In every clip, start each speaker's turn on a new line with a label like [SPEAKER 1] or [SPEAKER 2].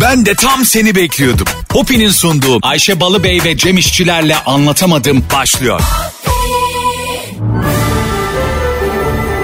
[SPEAKER 1] Ben de tam seni bekliyordum. Hopi'nin sunduğu Ayşe Balıbey ve Cem İşçilerle anlatamadım başlıyor.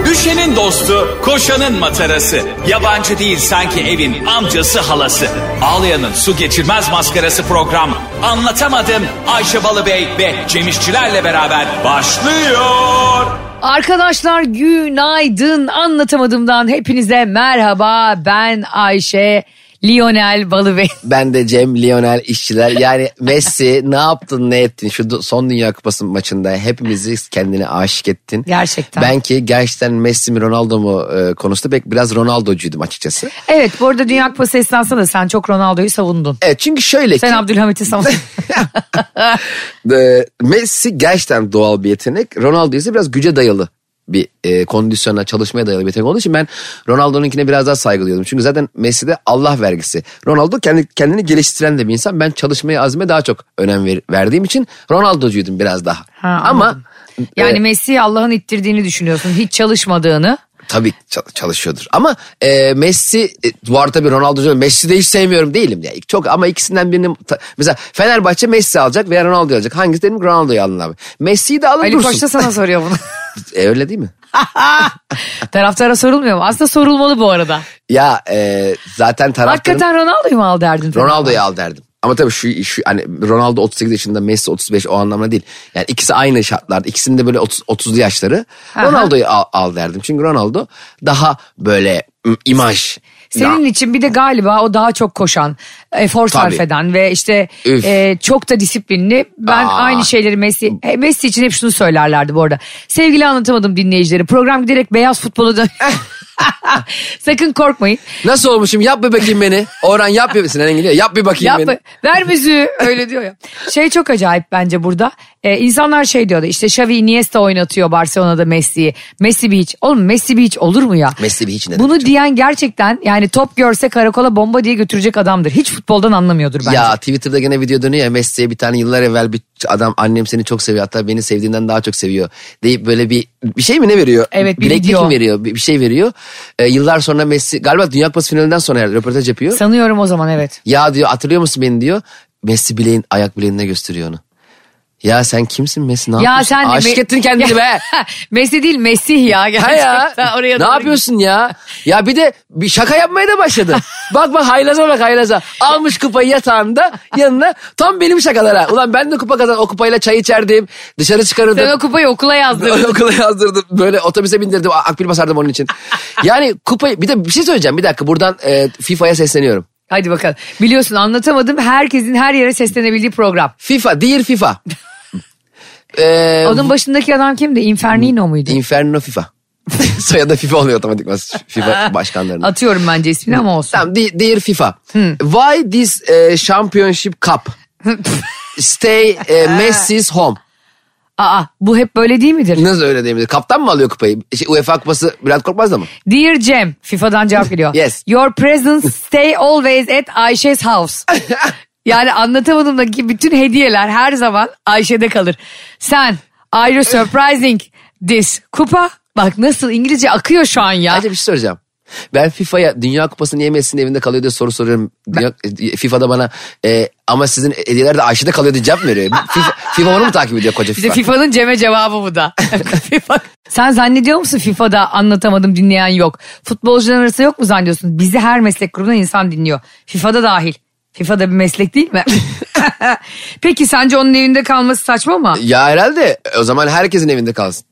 [SPEAKER 2] Düşenin dostu, koşanın matarası. Yabancı değil sanki evin amcası halası. Ağlayanın su geçirmez maskarası program. Anlatamadım Ayşe Balıbey ve Cemişçilerle beraber başlıyor.
[SPEAKER 3] Arkadaşlar günaydın anlatamadığımdan hepinize merhaba ben Ayşe Lionel Balıbey.
[SPEAKER 4] Ben de Cem, Lionel, işçiler. Yani Messi ne yaptın ne ettin şu du- son Dünya Kupası maçında hepimizi kendine aşık ettin.
[SPEAKER 3] Gerçekten.
[SPEAKER 4] Ben ki gerçekten Messi mi Ronaldo mu e, konusunda bek- biraz Ronaldo'cuydum açıkçası.
[SPEAKER 3] Evet bu arada Dünya Kupası esnasında da sen çok Ronaldo'yu savundun.
[SPEAKER 4] Evet çünkü şöyle
[SPEAKER 3] Sen
[SPEAKER 4] ki
[SPEAKER 3] Abdülhamit'i savundun.
[SPEAKER 4] e, Messi gerçekten doğal bir yetenek. Ronaldo ise biraz güce dayalı bir e, kondisyona çalışmaya dayalı bir yetenek olduğu için ben Ronaldo'nunkine biraz daha saygı duyuyordum. Çünkü zaten Messi de Allah vergisi. Ronaldo kendi, kendini geliştiren de bir insan. Ben çalışmaya azme daha çok önem ver- verdiğim için Ronaldo'cuydum biraz daha.
[SPEAKER 3] Ha,
[SPEAKER 4] Ama
[SPEAKER 3] anladım. Yani
[SPEAKER 4] e,
[SPEAKER 3] Messi'yi Allah'ın ittirdiğini düşünüyorsun hiç çalışmadığını.
[SPEAKER 4] Tabii çal- çalışıyordur. Ama e, Messi e, bu arada bir Ronaldo'cu Messi de hiç sevmiyorum değilim ya. Çok ama ikisinden birini ta- mesela Fenerbahçe Messi alacak veya Ronaldo alacak. Hangisi dedim ki Ronaldo'yu alın abi. Messi'yi de alın
[SPEAKER 3] Ali
[SPEAKER 4] dursun.
[SPEAKER 3] Koç da sana soruyor bunu.
[SPEAKER 4] E, öyle değil mi?
[SPEAKER 3] Taraftara sorulmuyor mu? Aslında sorulmalı bu arada.
[SPEAKER 4] Ya e, zaten taraftarın
[SPEAKER 3] Hakikaten Ronaldo'yu mu al derdin?
[SPEAKER 4] Ronaldo'yu al derdim. Ama tabii şu, şu hani Ronaldo 38 yaşında Messi 35 o anlamda değil. Yani ikisi aynı şartlarda. İkisinin de böyle 30, 30'lu yaşları.
[SPEAKER 3] Aha.
[SPEAKER 4] Ronaldo'yu al, al derdim. Çünkü Ronaldo daha böyle m, imaj.
[SPEAKER 3] Senin için bir de galiba o daha çok koşan, efor sarf
[SPEAKER 4] Tabii.
[SPEAKER 3] eden ve işte
[SPEAKER 4] Üf.
[SPEAKER 3] e, çok da disiplinli. Ben
[SPEAKER 4] Aa.
[SPEAKER 3] aynı şeyleri Messi, e, Messi için hep şunu söylerlerdi bu arada. Sevgili anlatamadım dinleyicileri. Program giderek beyaz futbola dön. Sakın korkmayın.
[SPEAKER 4] Nasıl olmuşum? Yap bir bakayım beni. Orhan yap bir Sinan Engin diyor, Yap bir bakayım
[SPEAKER 3] Yap,
[SPEAKER 4] beni.
[SPEAKER 3] ver müziği öyle diyor ya. Şey çok acayip bence burada. Ee, insanlar şey diyordu işte Xavi Iniesta oynatıyor Barcelona'da Messi'yi. Messi bir hiç. Oğlum Messi bir hiç olur mu ya?
[SPEAKER 4] Messi bir hiç ne
[SPEAKER 3] Bunu
[SPEAKER 4] demek
[SPEAKER 3] diyen gerçekten yani top görse karakola bomba diye götürecek adamdır. Hiç futboldan anlamıyordur bence.
[SPEAKER 4] Ya Twitter'da gene video dönüyor ya Messi'ye bir tane yıllar evvel bir adam annem seni çok seviyor hatta beni sevdiğinden daha çok seviyor deyip böyle bir bir şey mi ne veriyor?
[SPEAKER 3] Evet, bir
[SPEAKER 4] Bileklik
[SPEAKER 3] video.
[SPEAKER 4] mi veriyor? Bir, bir şey veriyor. Ee, yıllar sonra Messi galiba Dünya Kupası finalinden sonra herhalde röportaj yapıyor.
[SPEAKER 3] Sanıyorum o zaman evet.
[SPEAKER 4] ya diyor hatırlıyor musun beni diyor. Messi bileğin ayak bileğinde gösteriyor onu. Ya sen kimsin Messi ne
[SPEAKER 3] Ya
[SPEAKER 4] yapıyorsun?
[SPEAKER 3] sen de
[SPEAKER 4] Aşık
[SPEAKER 3] Me-
[SPEAKER 4] ettin kendini be.
[SPEAKER 3] Messi değil Mesih ya
[SPEAKER 4] Ha
[SPEAKER 3] gerçekten.
[SPEAKER 4] ya.
[SPEAKER 3] Oraya
[SPEAKER 4] ne
[SPEAKER 3] doğru
[SPEAKER 4] yapıyorsun ya? Ya bir de bir şaka yapmaya da başladı. bak bak haylaza bak haylaza. Almış kupayı yatağında yanına. Tam benim şakalara. Ulan ben de kupa kazan o kupayla çay içerdim. Dışarı
[SPEAKER 3] gittin. Sen
[SPEAKER 4] çıkarırdım.
[SPEAKER 3] o kupayı okula yazdırdın.
[SPEAKER 4] Okula yazdırdım. Böyle otobüse bindirdim. Akbil basardım onun için. Yani kupayı bir de bir şey söyleyeceğim. Bir dakika buradan e, FIFA'ya sesleniyorum.
[SPEAKER 3] Hadi bakalım. Biliyorsun anlatamadım herkesin her yere seslenebildiği program.
[SPEAKER 4] FIFA, dear FIFA. Ee,
[SPEAKER 3] Onun başındaki adam kimdi? Infernino muydu?
[SPEAKER 4] Inferno FIFA. Soyadı FIFA oluyor otomatikman FIFA başkanlarının.
[SPEAKER 3] Atıyorum bence ismini ama olsun.
[SPEAKER 4] Tamam, de- dear FIFA. Why this eh, championship cup? Stay eh, Messi's home.
[SPEAKER 3] Aa bu hep böyle değil midir?
[SPEAKER 4] Nasıl öyle diyeyim? Kaptan mı alıyor kupayı? Şey, UEFA kupası Bülent Korkmaz da mı?
[SPEAKER 3] Dear Cem, FIFA'dan cevap geliyor.
[SPEAKER 4] Yes.
[SPEAKER 3] Your presence stay always at Ayşe's house. yani anlatamadığımdaki bütün hediyeler her zaman Ayşe'de kalır. Sen are you surprising this kupa? Bak nasıl İngilizce akıyor şu an ya.
[SPEAKER 4] Ayrıca bir şey soracağım. Ben FIFA'ya Dünya Kupası niye Messi'nin evinde kalıyor diye soru soruyorum. Dünya, e, FIFA'da bana eh, ama sizin hediyeler de Ayşe'de kalıyor diye cevap mı veriyor. FIFA, FIFA onu mu takip ediyor koca
[SPEAKER 3] Bize
[SPEAKER 4] FIFA?
[SPEAKER 3] FIFA'nın Cem'e cevabı bu da. FIFA. Sen zannediyor musun FIFA'da anlatamadım dinleyen yok. Futbolcuların arasında yok mu zannediyorsun? Bizi her meslek grubundan insan dinliyor. FIFA'da dahil. FIFA'da bir meslek değil mi? Peki sence onun evinde kalması saçma mı?
[SPEAKER 4] Ya herhalde e, o zaman herkesin evinde kalsın.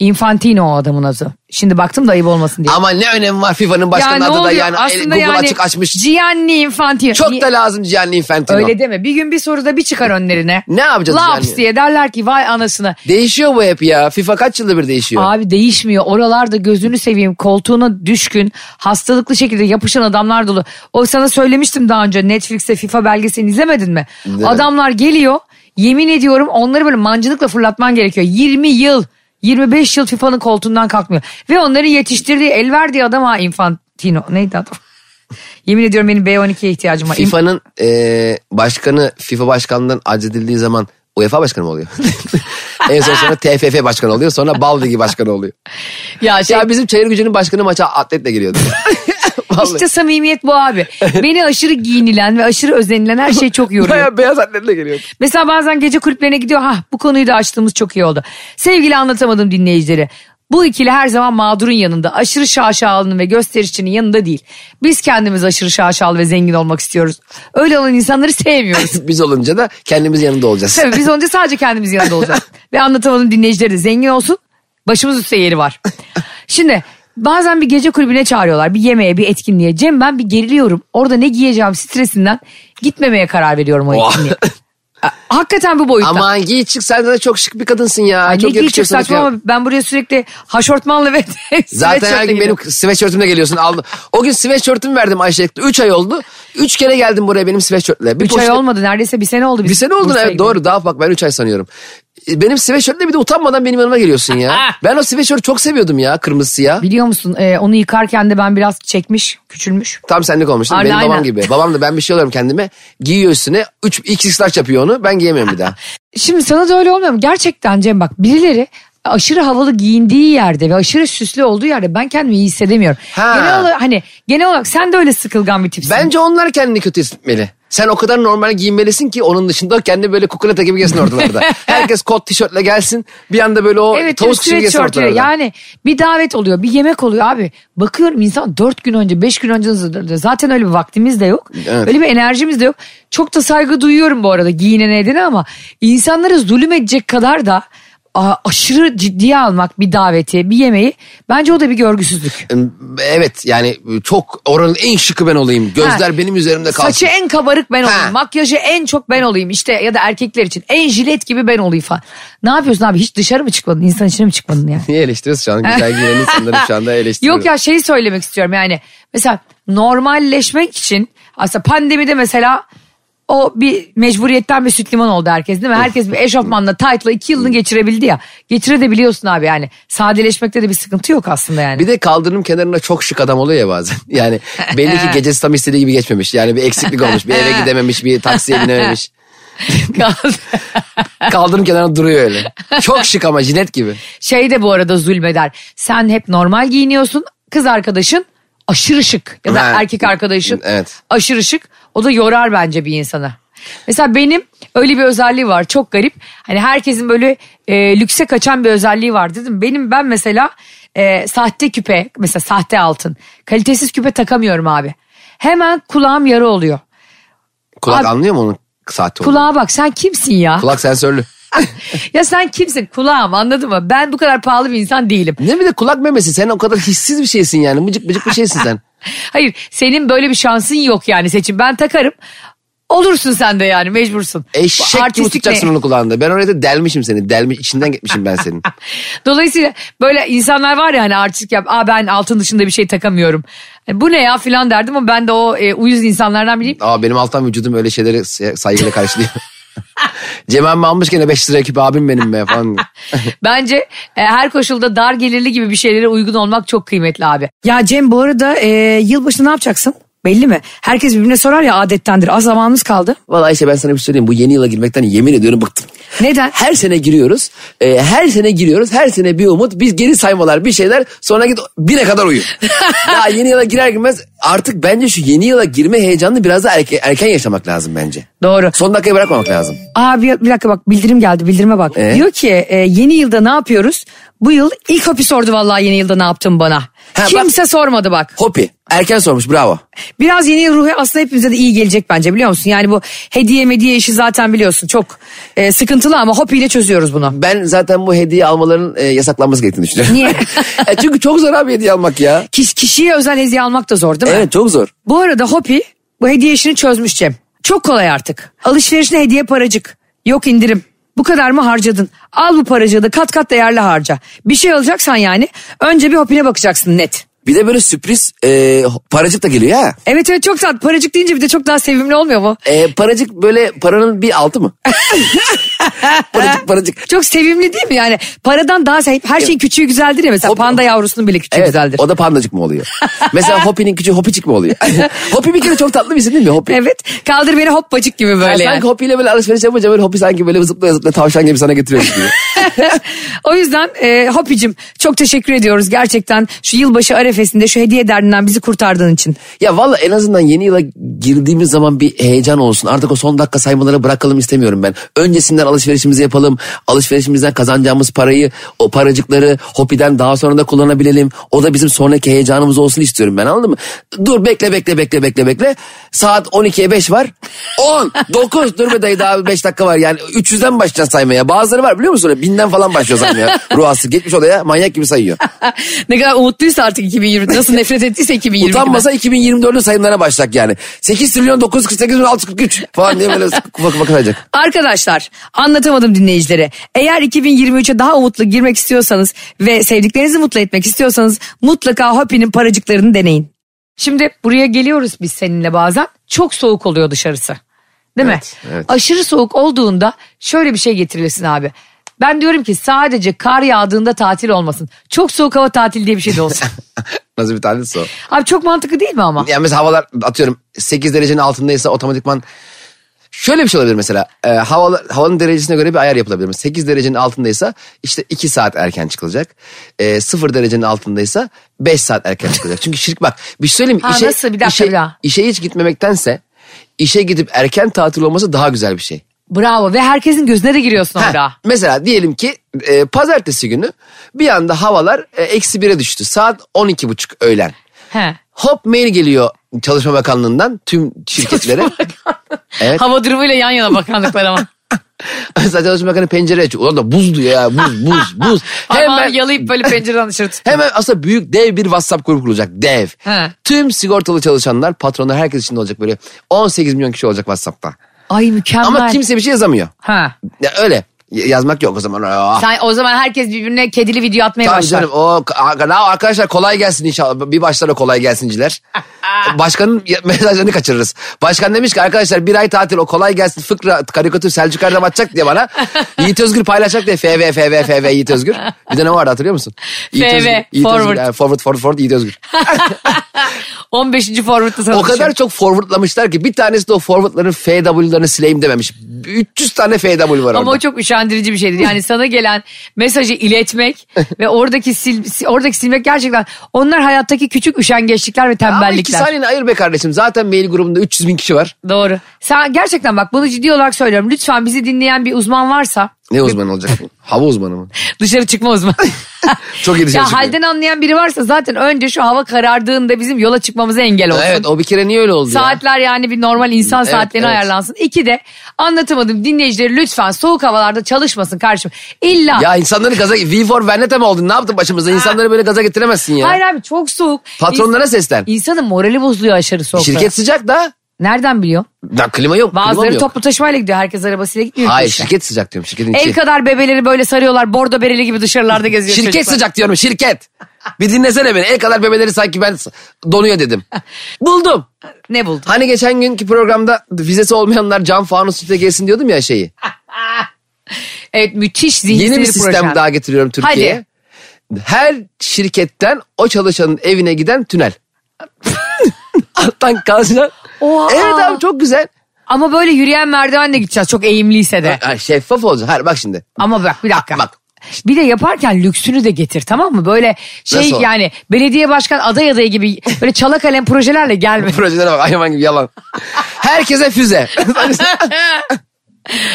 [SPEAKER 3] Infantino o adamın adı. Şimdi baktım da ayıp olmasın diye.
[SPEAKER 4] Ama ne önemi var FIFA'nın başkanın adı da yani el- Google açık açmış.
[SPEAKER 3] Gianni Infantino.
[SPEAKER 4] Çok
[SPEAKER 3] Niye-
[SPEAKER 4] da lazım Gianni Infantino.
[SPEAKER 3] Öyle deme. Bir gün bir soruda bir çıkar önlerine.
[SPEAKER 4] Ne yapacağız
[SPEAKER 3] Laps
[SPEAKER 4] Gianni?
[SPEAKER 3] diye derler ki vay anasını.
[SPEAKER 4] Değişiyor bu hep ya. FIFA kaç yılda bir değişiyor?
[SPEAKER 3] Abi değişmiyor. Oralarda gözünü seveyim koltuğuna düşkün hastalıklı şekilde yapışan adamlar dolu. O sana söylemiştim daha önce Netflix'te FIFA belgeselini izlemedin mi? Adamlar geliyor yemin ediyorum onları böyle mancınıkla fırlatman gerekiyor. 20 yıl 25 yıl FIFA'nın koltuğundan kalkmıyor. Ve onları yetiştirdiği el verdiği adam ha Infantino. Neydi adam? yemin ediyorum benim B12'ye ihtiyacım var.
[SPEAKER 4] FIFA'nın eee, başkanı FIFA başkanından aczedildiği zaman UEFA başkanı mı oluyor? en son sonra TFF başkanı oluyor. Sonra Bal Ligi başkanı oluyor.
[SPEAKER 3] ya şey
[SPEAKER 4] Ya bizim çayır gücünün başkanı maça atletle giriyordu. Vallahi.
[SPEAKER 3] İşte samimiyet bu abi. Beni aşırı giyinilen ve aşırı özenilen her şey çok yoruyor.
[SPEAKER 4] Baya beyaz atletle geliyor.
[SPEAKER 3] Mesela bazen gece kulüplerine gidiyor. Ha bu konuyu da açtığımız çok iyi oldu. Sevgili anlatamadım dinleyicileri. Bu ikili her zaman mağdurun yanında. Aşırı şaşalının ve gösterişçinin yanında değil. Biz kendimiz aşırı şaşalı ve zengin olmak istiyoruz. Öyle olan insanları sevmiyoruz.
[SPEAKER 4] Biz olunca da kendimiz yanında olacağız.
[SPEAKER 3] Tabii biz önce sadece kendimiz yanında olacağız. ve anlatamadım dinleyicileri de zengin olsun. Başımız üstte yeri var. Şimdi bazen bir gece kulübüne çağırıyorlar. Bir yemeğe, bir etkinliğe. Cem ben bir geriliyorum. Orada ne giyeceğim stresinden gitmemeye karar veriyorum o
[SPEAKER 4] Oh.
[SPEAKER 3] etkinliğe. Ha- Hakikaten bu boyutta.
[SPEAKER 4] Aman giy çık sen de çok şık bir kadınsın ya.
[SPEAKER 3] Ay, ne
[SPEAKER 4] çok
[SPEAKER 3] giyecek
[SPEAKER 4] yakışıyor sana.
[SPEAKER 3] saçma ama ben buraya sürekli haşortmanla ve
[SPEAKER 4] Zaten
[SPEAKER 3] sweatshirtle
[SPEAKER 4] her gün benim
[SPEAKER 3] geliyorum.
[SPEAKER 4] sweatshirtümle geliyorsun. Aldım. O gün sweatshirtümü verdim Ayşe'ye. 3 ay oldu. 3 kere geldim buraya benim sweatshirtle. Bir
[SPEAKER 3] Üç ay
[SPEAKER 4] poşet-
[SPEAKER 3] olmadı neredeyse bir sene oldu.
[SPEAKER 4] Bir
[SPEAKER 3] biz
[SPEAKER 4] sene oldu
[SPEAKER 3] Bursa'ya
[SPEAKER 4] evet
[SPEAKER 3] gidelim.
[SPEAKER 4] doğru daha bak ben 3 ay sanıyorum. E, Benim sweatshirtle bir de utanmadan benim yanıma geliyorsun ya.
[SPEAKER 3] Ah!
[SPEAKER 4] ben o sweatshirt'ü çok seviyordum ya kırmızı siyah.
[SPEAKER 3] Biliyor musun e, onu yıkarken de ben biraz çekmiş küçülmüş.
[SPEAKER 4] Tam senlik olmuş değil mi?
[SPEAKER 3] Harbi,
[SPEAKER 4] Benim babam
[SPEAKER 3] aynen.
[SPEAKER 4] gibi. Babam da ben bir şey alıyorum kendime. Giyiyor üstüne. 3 iki slash yapıyor onu. Ben giyemiyorum
[SPEAKER 3] Ah!
[SPEAKER 4] bir daha.
[SPEAKER 3] Şimdi sana da öyle olmuyor mu? Gerçekten Cem bak birileri aşırı havalı giyindiği yerde ve aşırı süslü olduğu yerde ben kendimi iyi hissedemiyorum.
[SPEAKER 4] Ha.
[SPEAKER 3] Genel olarak, hani genel olarak sen de öyle sıkılgan bir tipsin.
[SPEAKER 4] Bence onlar kendini kötü hissetmeli. Sen o kadar normal giyinmelisin ki onun dışında kendi böyle kukulata gibi gelsin ortalarda. Herkes kot tişörtle gelsin. Bir anda böyle o
[SPEAKER 3] Evet,
[SPEAKER 4] tavus
[SPEAKER 3] evet
[SPEAKER 4] kuşu gibi
[SPEAKER 3] süreç
[SPEAKER 4] gelsin
[SPEAKER 3] örtüyor.
[SPEAKER 4] ortalarda.
[SPEAKER 3] Yani bir davet oluyor, bir yemek oluyor abi. Bakıyorum insan dört gün önce, beş gün önce hazırlanıyor. zaten öyle bir vaktimiz de yok.
[SPEAKER 4] Evet.
[SPEAKER 3] Öyle bir enerjimiz de yok. Çok da saygı duyuyorum bu arada giyinen edene ama insanlara zulüm edecek kadar da a- aşırı ciddiye almak bir daveti, bir yemeği bence o da bir görgüsüzlük.
[SPEAKER 4] E, Evet yani çok oranın en şıkı ben olayım. Gözler
[SPEAKER 3] Ha.
[SPEAKER 4] benim üzerimde kalsın.
[SPEAKER 3] Saçı en kabarık ben
[SPEAKER 4] Ha.
[SPEAKER 3] olayım. Makyajı en çok ben olayım. işte ya da erkekler için en jilet gibi ben olayım falan. Ne yapıyorsun abi? Hiç dışarı mı çıkmadın? İnsan içine mi çıkmadın yani?
[SPEAKER 4] Niye eleştiriyorsun şu an? Güzel giyinen insanları şu anda eleştiriyoruz.
[SPEAKER 3] Yok ya şeyi söylemek istiyorum yani. Mesela normalleşmek için aslında pandemide mesela o bir mecburiyetten bir süt liman oldu herkes değil mi? Herkes bir eşofmanla taytla iki yılını geçirebildi ya. Geçirebiliyorsun abi yani. Sadeleşmekte de bir sıkıntı yok aslında yani.
[SPEAKER 4] Bir de kaldırım kenarına çok şık adam oluyor ya bazen. Yani belli ki gecesi tam istediği gibi geçmemiş. Yani bir eksiklik olmuş. Bir eve gidememiş, bir taksiye binememiş. Kaldırım kenarına duruyor öyle. Çok şık ama jilet gibi.
[SPEAKER 3] şey de bu arada zulmeder. Sen hep normal giyiniyorsun. Kız arkadaşın aşırı şık. Ya da
[SPEAKER 4] Ha.
[SPEAKER 3] erkek arkadaşın
[SPEAKER 4] Evet.
[SPEAKER 3] aşırı şık. O da yorar bence bir insana. Mesela benim öyle bir özelliği var çok garip. Hani herkesin böyle e, lükse kaçan bir özelliği var dedim. Benim ben mesela e, sahte küpe mesela sahte altın kalitesiz küpe takamıyorum abi. Hemen kulağım yara oluyor.
[SPEAKER 4] Kulak
[SPEAKER 3] Abi-
[SPEAKER 4] anlıyor mu onun saati? olduğunu?
[SPEAKER 3] Kulağa bak sen kimsin ya?
[SPEAKER 4] Kulak sensörlü.
[SPEAKER 3] Ya sen kimsin kulağım anladın mı? Ben bu kadar pahalı bir insan değilim.
[SPEAKER 4] Ne bir de kulak memesi. Sen o kadar hissiz bir şeysin yani. Mıcık mıcık bir şeysin sen.
[SPEAKER 3] Hayır senin böyle bir şansın yok yani seçim. Ben takarım. Olursun sen de yani mecbursun.
[SPEAKER 4] Eşek
[SPEAKER 3] Bu
[SPEAKER 4] gibi
[SPEAKER 3] artistlik
[SPEAKER 4] tutacaksın
[SPEAKER 3] ne?
[SPEAKER 4] onu kulağında. Ben oraya da delmişim seni. Delmiş, içinden gitmişim ben senin.
[SPEAKER 3] Dolayısıyla böyle insanlar var ya hani artistlik yap. Aa ben altın dışında bir şey takamıyorum. E, Bu ne ya filan derdim ama ben de o e, uyuz insanlardan biriyim.
[SPEAKER 4] Aa benim alttan vücudum öyle şeyleri saygıyla karşılıyor. Cem emmi almış gene 5 lira küpe abim benim be falan.
[SPEAKER 3] Bence e, her koşulda dar gelirli gibi bir şeylere uygun olmak çok kıymetli abi.
[SPEAKER 5] Ya Cem bu arada e, yılbaşı ne yapacaksın? Belli mi? Herkes birbirine sorar ya adettendir. Az zamanımız kaldı.
[SPEAKER 4] Vallahi Ayşe ben sana bir şey söyleyeyim. Bu yeni yıla girmekten yemin ediyorum bıktım.
[SPEAKER 3] Neden?
[SPEAKER 4] Her sene giriyoruz. e, her sene giriyoruz. Her sene bir umut. Biz geri saymalar bir şeyler. Sonra git bire kadar uyu. Daha yeni yıla girer girmez artık bence şu yeni yıla girme heyecanını biraz daha erke- erken yaşamak lazım bence.
[SPEAKER 3] Doğru.
[SPEAKER 4] Son dakikaya bırakmamak lazım.
[SPEAKER 5] Aa bir, bir dakika bak bildirim geldi bildirime bak.
[SPEAKER 4] Ee?
[SPEAKER 5] Diyor ki e, yeni yılda ne yapıyoruz? Bu yıl ilk hapis sordu vallahi yeni yılda ne yaptın bana.
[SPEAKER 4] bak-
[SPEAKER 5] Kimse sormadı bak.
[SPEAKER 4] Hopi erken sormuş bravo.
[SPEAKER 5] Biraz yeni yıl ruhu aslında hepimize de iyi gelecek bence biliyor musun? Yani bu hediye mediye işi zaten biliyorsun çok e, sıkıntılı ama hopiyle çözüyoruz bunu.
[SPEAKER 4] Ben zaten bu hediye almaların e, yasaklanması gerektiğini düşünüyorum.
[SPEAKER 5] Niye?
[SPEAKER 4] E, çünkü çok zor abi hediye almak ya.
[SPEAKER 5] Kiş, kişiye özel hediye almak da zor değil mi?
[SPEAKER 4] Evet çok zor.
[SPEAKER 5] Bu arada Hopi bu hediye işini çözmüş Cem. Çok kolay artık. Alışverişine hediye paracık. Yok indirim. Bu kadar mı harcadın? Al bu paracığı da kat kat değerli harca. Bir şey alacaksan yani önce bir Hopi'ne bakacaksın net.
[SPEAKER 4] Bir de böyle sürpriz e, paracık da geliyor ha.
[SPEAKER 5] Evet evet çok tatlı. Paracık deyince bir de çok daha sevimli olmuyor mu?
[SPEAKER 4] E, paracık böyle paranın bir altı mı? paracık paracık.
[SPEAKER 5] Çok sevimli değil mi yani? Paradan daha sev... Her şeyin küçüğü güzeldir ya mesela
[SPEAKER 4] Hopi-
[SPEAKER 5] panda yavrusunun bile küçüğü
[SPEAKER 4] Evet,
[SPEAKER 5] güzeldir.
[SPEAKER 4] o da pandacık mı oluyor? Mesela Hopi'nin küçüğü Hopi'cik mi oluyor? Hopi bir kere çok tatlı bir isim değil mi? Hopi.
[SPEAKER 5] Evet kaldır beni hoppacık gibi böyle
[SPEAKER 4] sanki
[SPEAKER 5] yani.
[SPEAKER 4] Hopi'yle böyle alışveriş yapınca böyle Hopi sanki böyle zıplaya zıplaya tavşan gibi sana getiriyor gibi.
[SPEAKER 5] o yüzden e, Hopi'cim çok teşekkür ediyoruz. Gerçekten şu yılbaşı nefesinde şu hediye derdinden bizi kurtardığın için.
[SPEAKER 4] Ya valla en azından yeni yıla girdiğimiz zaman bir heyecan olsun. Artık o son dakika saymaları bırakalım istemiyorum ben. Öncesinden alışverişimizi yapalım. Alışverişimizden kazanacağımız parayı, o paracıkları Hopi'den daha sonra da kullanabilelim. O da bizim sonraki heyecanımız olsun istiyorum ben anladın mı? Dur bekle bekle bekle bekle bekle. Saat 12'ye 5 var. 10, 9 dur be dayı daha 5 dakika var. Yani 300'den başlayacağız saymaya. Bazıları var biliyor musun? 1000'den falan başlıyor saymaya. Ruhası gitmiş odaya manyak gibi sayıyor.
[SPEAKER 5] ne kadar umutluysa artık 2020 nasıl nefret ettiyse 2020.
[SPEAKER 4] Utanmasa 2024'lü sayımlara başlayacak yani. 8 trilyon 948 bin 643 falan diye böyle kufa kufa kıracak.
[SPEAKER 5] Arkadaşlar anlatamadım dinleyicilere. Eğer 2023'e daha umutlu girmek istiyorsanız ve sevdiklerinizi mutlu etmek istiyorsanız mutlaka Hopi'nin paracıklarını deneyin.
[SPEAKER 3] Şimdi buraya geliyoruz biz seninle bazen. Çok soğuk oluyor dışarısı. Değil mi?
[SPEAKER 4] evet.
[SPEAKER 3] Aşırı soğuk olduğunda şöyle bir şey getirilsin abi. Ben diyorum ki sadece kar yağdığında tatil olmasın. Çok soğuk hava tatil diye bir şey de olsun.
[SPEAKER 4] Nasıl bir tanesi o?
[SPEAKER 3] abi çok mantıklı değil mi ama?
[SPEAKER 4] Yani mesela havalar atıyorum 8 derecenin altındaysa otomatikman Şöyle bir şey olabilir mesela e, hava, havanın derecesine göre bir ayar yapılabilir. 8 derecenin altındaysa işte 2 saat erken çıkılacak. E, 0 derecenin altındaysa 5 saat erken çıkılacak. Çünkü şirk bak bir şey söyleyeyim mi?
[SPEAKER 3] Ha, nasıl? Bir dakika,
[SPEAKER 4] işe,
[SPEAKER 3] bir daha.
[SPEAKER 4] işe hiç gitmemektense işe gidip erken tatil olması daha güzel bir şey.
[SPEAKER 3] Bravo ve herkesin gözüne de giriyorsun
[SPEAKER 4] Ha,
[SPEAKER 3] orada.
[SPEAKER 4] Mesela diyelim ki e, pazartesi günü bir anda havalar e, eksi bire düştü. Saat 12.30 öğlen.
[SPEAKER 3] He.
[SPEAKER 4] Hop mail geliyor Çalışma Bakanlığı'ndan tüm şirketlere. Evet.
[SPEAKER 3] Hava durumuyla yan yana bakanlıklar ama.
[SPEAKER 4] Mesela Çalışma Bakanı pencere açıyor. Ulan da buz diyor ya buz buz buz.
[SPEAKER 3] Hemen
[SPEAKER 4] hemen,
[SPEAKER 3] yalayıp böyle pencereden dışarı tut.
[SPEAKER 4] hemen aslında büyük dev bir WhatsApp grubu kurulacak dev.
[SPEAKER 3] He.
[SPEAKER 4] Tüm sigortalı çalışanlar patronlar herkes içinde olacak böyle 18 milyon kişi olacak WhatsApp'ta.
[SPEAKER 3] Ay mükemmel.
[SPEAKER 4] Ama kimse bir şey yazamıyor.
[SPEAKER 3] Ha.
[SPEAKER 4] Ya öyle Y- yazmak yok o zaman. Aa.
[SPEAKER 3] Sen, o zaman herkes birbirine kedili video atmaya
[SPEAKER 4] Tabii
[SPEAKER 3] başlar.
[SPEAKER 4] canım. O, a- na- arkadaşlar kolay gelsin inşallah. Bir başlara kolay gelsinciler. Başkanın ya- mesajlarını kaçırırız. Başkan demiş ki arkadaşlar bir ay tatil o kolay gelsin fıkra karikatür Selçuk Erdem atacak diye bana. Yiğit Özgür paylaşacak diye FV FV FV Yiğit Özgür. Bir de ne vardı hatırlıyor musun?
[SPEAKER 3] FV,
[SPEAKER 4] Yiğit
[SPEAKER 3] forward.
[SPEAKER 4] Özgür, yani forward forward forward Yiğit Özgür.
[SPEAKER 3] 15. forvetle sana
[SPEAKER 4] O kadar
[SPEAKER 3] düşüyor.
[SPEAKER 4] çok forwardlamışlar ki bir tanesi de o forwardların FW'larını sileyim dememiş. 300 tane FW var
[SPEAKER 3] Ama o
[SPEAKER 4] orada.
[SPEAKER 3] çok üşendirici bir şeydir. Yani sana gelen mesajı iletmek ve oradaki sil, si- oradaki silmek gerçekten onlar hayattaki küçük üşengeçlikler ve
[SPEAKER 4] Ama iki
[SPEAKER 3] tembellikler.
[SPEAKER 4] saniyeni ayır be kardeşim. Zaten mail grubunda 300 bin kişi var.
[SPEAKER 3] Doğru. Sen gerçekten bak bunu ciddi olarak söylüyorum. Lütfen bizi dinleyen bir uzman varsa
[SPEAKER 4] Ne uzmanı olacak? Hava uzmanı mı?
[SPEAKER 3] dışarı çıkma uzmanı.
[SPEAKER 4] Çok iyi dışarı
[SPEAKER 3] ya
[SPEAKER 4] çıkıyor.
[SPEAKER 3] halden anlayan biri varsa zaten önce şu hava karardığında bizim yola çıkmamıza engel olsun.
[SPEAKER 4] Evet o bir kere niye öyle oldu ya?
[SPEAKER 3] Saatler yani bir normal insan
[SPEAKER 4] Evet,
[SPEAKER 3] saatlerine
[SPEAKER 4] evet.
[SPEAKER 3] ayarlansın. İki de anlatamadım dinleyicileri lütfen soğuk havalarda çalışmasın kardeşim. İlla
[SPEAKER 4] Ya insanları gaza... V4 Vendetta mi oldun? Ne yaptın başımıza? İnsanları böyle gaza getiremezsin ya.
[SPEAKER 3] Hayır abi çok soğuk.
[SPEAKER 4] Patronlara
[SPEAKER 3] İns-
[SPEAKER 4] seslen.
[SPEAKER 3] İnsanın morali bozuluyor aşırı soğuk.
[SPEAKER 4] Şirket sıcak da.
[SPEAKER 3] Nereden biliyor?
[SPEAKER 4] Ya, klima yok. klima mı
[SPEAKER 3] Bazıları
[SPEAKER 4] yok.
[SPEAKER 3] toplu taşımayla gidiyor. Herkes arabasıyla gitmiyor. ki
[SPEAKER 4] Hayır
[SPEAKER 3] işe.
[SPEAKER 4] şirket sıcak diyorum. Şirketin içi.
[SPEAKER 3] El kadar bebeleri böyle sarıyorlar. Bordo bereli gibi dışarılarda geziyor
[SPEAKER 4] Şirket
[SPEAKER 3] çocuklar.
[SPEAKER 4] sıcak diyorum şirket. Bir dinlesene beni. El kadar bebeleri sanki ben s- donuyor dedim. Buldum.
[SPEAKER 3] Ne buldun?
[SPEAKER 4] Hani geçen günkü programda vizesi olmayanlar cam fanus üstüne gelsin diyordum ya şeyi.
[SPEAKER 3] Evet müthiş zihinsel
[SPEAKER 4] Yeni bir sistem
[SPEAKER 3] proje.
[SPEAKER 4] daha getiriyorum Türkiye'ye. Her şirketten o çalışanın evine giden tünel. Alttan kalsın.
[SPEAKER 3] Oha.
[SPEAKER 4] Evet abi çok güzel.
[SPEAKER 3] Ama böyle yürüyen merdivenle gideceğiz. Çok eğimliyse de.
[SPEAKER 4] Ha, şeffaf olacak. Hayır bak şimdi.
[SPEAKER 3] Ama bak bir dakika.
[SPEAKER 4] Bak.
[SPEAKER 3] Bir de yaparken lüksünü de getir tamam mı? Böyle şey
[SPEAKER 4] Nasıl?
[SPEAKER 3] yani belediye başkan aday adayı gibi böyle çala kalem projelerle gelme.
[SPEAKER 4] Projelere bak hayvan gibi yalan. Herkese füze.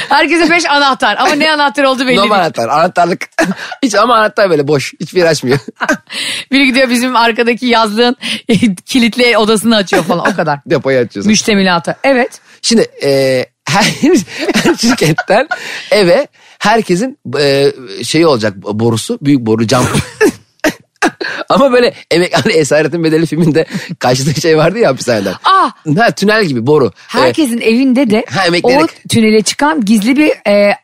[SPEAKER 3] Herkese beş anahtar ama ne anahtar oldu belli
[SPEAKER 4] Normal
[SPEAKER 3] değil.
[SPEAKER 4] anahtar. Anahtarlık. Hiç ama anahtar böyle boş. Hiçbir yer açmıyor.
[SPEAKER 3] Biri gidiyor bizim arkadaki yazlığın kilitli odasını açıyor falan o kadar.
[SPEAKER 4] Depoyu açıyorsun.
[SPEAKER 3] Müştemilatı. Evet.
[SPEAKER 4] Şimdi e, her, her şirketten eve herkesin e, şeyi olacak borusu büyük boru cam. Ama böyle emek hani esaretin bedeli filminde kaçtığı şey vardı ya hapishaneden.
[SPEAKER 3] Ah!
[SPEAKER 4] Ha, tünel gibi boru. E, Evet.
[SPEAKER 3] Herkesin evinde de
[SPEAKER 4] Ha,
[SPEAKER 3] o
[SPEAKER 4] emeklilik.
[SPEAKER 3] tünele çıkan gizli bir e,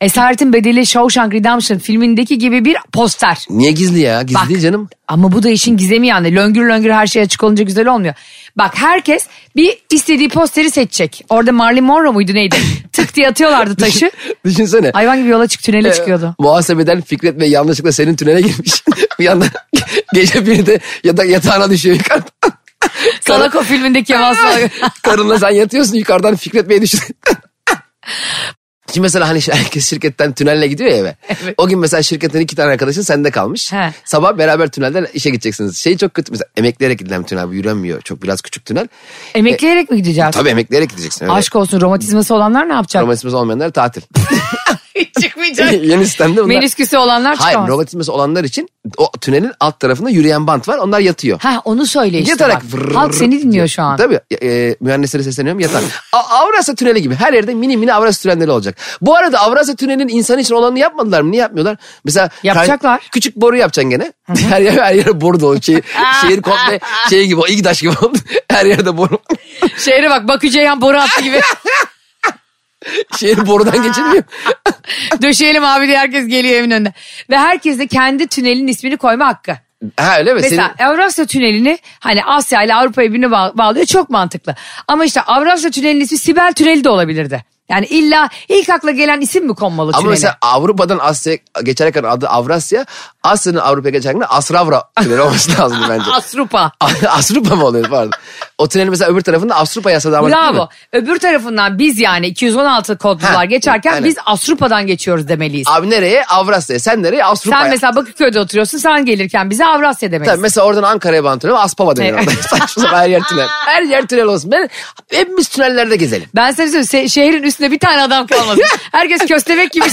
[SPEAKER 3] Esaretin Bedeli Shawshank Redemption filmindeki gibi bir poster.
[SPEAKER 4] Niye gizli ya? Gizli
[SPEAKER 3] Bak.
[SPEAKER 4] değil canım.
[SPEAKER 3] Ama bu da işin gizemi yani. Löngür löngür her şey açık olunca güzel olmuyor. Bak herkes bir istediği posteri seçecek. Orada Marilyn Monroe muydu neydi? Tık diye atıyorlardı taşı.
[SPEAKER 4] Düşünsene.
[SPEAKER 3] Hayvan gibi yola çık tünele çıkıyordu.
[SPEAKER 4] Ee, muhasebeden Fikret Bey yanlışlıkla senin tünele girmiş. bir yandan gece biri de yata- yatağına düşüyor yukarıdan.
[SPEAKER 3] Salako filmindeki Yavaz Salako.
[SPEAKER 4] Karınla sen yatıyorsun yukarıdan Fikret Bey düşüyor. Şimdi mesela hani herkes şirketten tünelle gidiyor ya eve. O gün mesela şirketten iki tane arkadaşın sende kalmış.
[SPEAKER 3] He.
[SPEAKER 4] Sabah beraber tünelden işe gideceksiniz. Şey çok kötü mesela emekleyerek gidilen bir tünel bu yürünmüyor. Çok biraz küçük tünel.
[SPEAKER 3] Emekleyerek mi gideceğiz?
[SPEAKER 4] Tabii emekleyerek gideceksin. Öyle.
[SPEAKER 3] Aşk olsun romatizması olanlar ne yapacak?
[SPEAKER 4] Romatizması olmayanlar tatil.
[SPEAKER 3] Çıkmayacak.
[SPEAKER 4] Yeni sistemde bunlar.
[SPEAKER 3] Menisküsü olanlar
[SPEAKER 4] Hayır
[SPEAKER 3] çıkamaz.
[SPEAKER 4] romatizması olanlar için o tünelin alt tarafında yürüyen bant var. Onlar yatıyor.
[SPEAKER 3] Ha onu söyle işte
[SPEAKER 4] Yatarak
[SPEAKER 3] bak.
[SPEAKER 4] vırrrr
[SPEAKER 3] Halk seni dinliyor şu an.
[SPEAKER 4] Tabii e, mühendislere sesleniyorum yatar. A- Avrasya Tüneli gibi her yerde mini mini Avrasya Tünelleri olacak. Bu arada Avrasya Tüneli'nin insan için olanını yapmadılar mı? Niye yapmıyorlar? Mesela kar-
[SPEAKER 3] Yapacaklar.
[SPEAKER 4] küçük boru yapacaksın gene. her yer her yere boru dolu. Şey, şehir komple şey gibi o İgdaş gibi oldu. Her yerde boru.
[SPEAKER 3] Şehre bak Baküceyhan boru attı gibi.
[SPEAKER 4] şehir borudan geçilmiyor.
[SPEAKER 3] Döşeyelim abi diye herkes geliyor evin önüne. Ve herkes de kendi tünelin ismini koyma hakkı.
[SPEAKER 4] Ha öyle mi?
[SPEAKER 3] Mesela Avrasya Tüneli'ni hani Asya ile Avrupa'yı birbirine bağ- bağlıyor çok mantıklı. Ama işte Avrasya Tüneli'nin ismi Sibel Tüneli de olabilirdi. Yani illa ilk akla gelen isim mi konmalı
[SPEAKER 4] Ama
[SPEAKER 3] tünele?
[SPEAKER 4] mesela Avrupa'dan Asya'ya geçerken adı Avrasya. Asya'nın Avrupa'ya geçerken de Asravra tüneli olması lazım bence.
[SPEAKER 3] Asrupa.
[SPEAKER 4] Asrupa mı oluyor pardon. O tünelin mesela öbür tarafında Asrupa yasadan
[SPEAKER 3] Bravo. Öbür tarafından biz yani 216 kodlular
[SPEAKER 4] Ha,
[SPEAKER 3] geçerken
[SPEAKER 4] aynen.
[SPEAKER 3] biz Asrupa'dan geçiyoruz demeliyiz.
[SPEAKER 4] Abi nereye? Avrasya'ya. Sen nereye? Avrupa'ya.
[SPEAKER 3] Sen mesela Bakırköy'de oturuyorsun sen gelirken bize Avrasya demelisin.
[SPEAKER 4] Tabii mesela oradan Ankara'ya bağlı tünel Aspava dönüyor.
[SPEAKER 3] Evet.
[SPEAKER 4] orada. Saçma sapan her yer tünel. Her yer tünel olsun. Ben, hepimiz tünellerde gezelim.
[SPEAKER 3] Ben sana söyleyeyim se- şehrin üstünde bir tane adam kalmasın. Herkes köstebek gibi.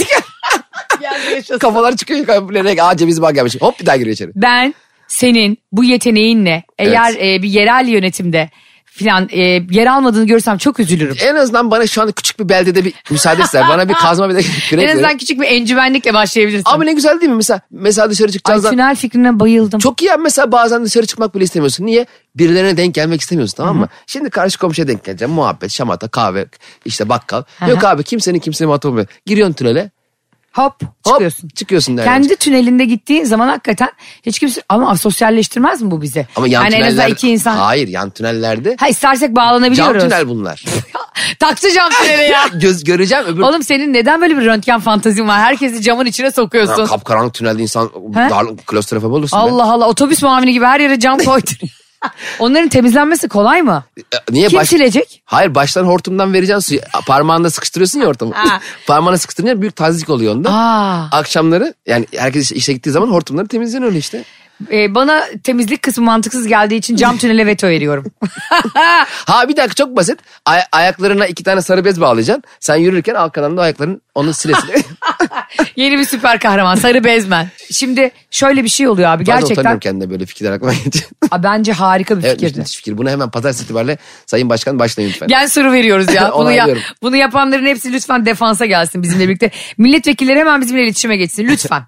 [SPEAKER 4] Kafalar çıkıyor yukarı. Nereye? Aa ceviz bağ gelmiş. Hop bir daha giriyor içeri.
[SPEAKER 3] ben senin bu yeteneğinle eğer e, bir yerel yönetimde filan e, yer almadığını görürsem çok üzülürüm.
[SPEAKER 4] En azından bana şu anda küçük bir beldede bir müsaade ister. Bana bir kazma bir de kürek
[SPEAKER 3] en azından
[SPEAKER 4] verin.
[SPEAKER 3] küçük bir encümenlikle başlayabilirsin.
[SPEAKER 4] Abi ne güzel değil mi? Mesela, mesela dışarı
[SPEAKER 3] Ay
[SPEAKER 4] çıkacağız.
[SPEAKER 3] tünel fikrine bayıldım.
[SPEAKER 4] Çok iyi abi. mesela bazen dışarı çıkmak bile istemiyorsun. Niye? Birilerine denk gelmek istemiyorsun tamam mı? Şimdi karşı komşuya denk geleceğim. Muhabbet, şamata, kahve, işte bakkal.
[SPEAKER 3] Hı hı.
[SPEAKER 4] Yok abi kimsenin kimseye muhatap olmuyor. Giriyorsun tünele.
[SPEAKER 3] Hop
[SPEAKER 4] Hop
[SPEAKER 3] çıkıyorsun.
[SPEAKER 4] çıkıyorsun. Çıkıyorsun derler.
[SPEAKER 3] Kendi tünelinde gittiğin zaman hakikaten hiç kimse ama sosyalleştirmez mi bu bizi?
[SPEAKER 4] Ama yan
[SPEAKER 3] yani en
[SPEAKER 4] tüneller...
[SPEAKER 3] azından iki insan. Ha,
[SPEAKER 4] Hayır yan tünellerde
[SPEAKER 3] istersek
[SPEAKER 4] cam
[SPEAKER 3] bağlanabiliyoruz.
[SPEAKER 4] tünel bunlar.
[SPEAKER 3] Taktı cam tüneli ya.
[SPEAKER 4] Göz göreceğim öbür...
[SPEAKER 3] Oğlum senin neden böyle bir röntgen fantazin var? Herkesi camın içine sokuyorsun.
[SPEAKER 4] Ya, kapkaranlık tünelde insan darlık klostrofob olursun. be.
[SPEAKER 3] Allah Allah otobüs muavini gibi her yere cam koyduruyor. Onların temizlenmesi kolay mı?
[SPEAKER 4] E, Niye
[SPEAKER 3] Kim
[SPEAKER 4] baş-
[SPEAKER 3] silecek?
[SPEAKER 4] Hayır baştan hortumdan vereceksin suyu. A, Parmağında sıkıştırıyorsun ya hortumu.
[SPEAKER 3] Ha.
[SPEAKER 4] Parmağına sıkıştırınca büyük tazik oluyor onda.
[SPEAKER 3] Aa.
[SPEAKER 4] Akşamları yani herkes işe gittiği zaman hortumları temizliyorsun öyle işte.
[SPEAKER 3] Ee, bana temizlik kısmı mantıksız geldiği için cam tünele veto veriyorum.
[SPEAKER 4] Ha bir dakika çok basit. Ay- ayaklarına iki tane sarı bez bağlayacaksın. Sen yürürken arkadan da ayakların onu sile sile.
[SPEAKER 3] Yeni bir süper kahraman sarı bezmen. Şimdi şöyle bir şey oluyor abi
[SPEAKER 4] Bazen utanıyorum
[SPEAKER 3] gerçekten.
[SPEAKER 4] kendime böyle fikirler aklıma geliyor.
[SPEAKER 3] Aa, bence harika bir
[SPEAKER 4] evet
[SPEAKER 3] fikirdi.
[SPEAKER 4] müthiş fikir. Bunu hemen pazartesi itibariyle Sayın Başkan başlayın lütfen. Şey,
[SPEAKER 3] Gen soru veriyoruz ya. Bunu, ya,
[SPEAKER 4] Onaylıyorum.
[SPEAKER 3] bunu yapanların hepsi lütfen defansa gelsin bizimle birlikte. Milletvekilleri hemen bizimle iletişime geçsin lütfen.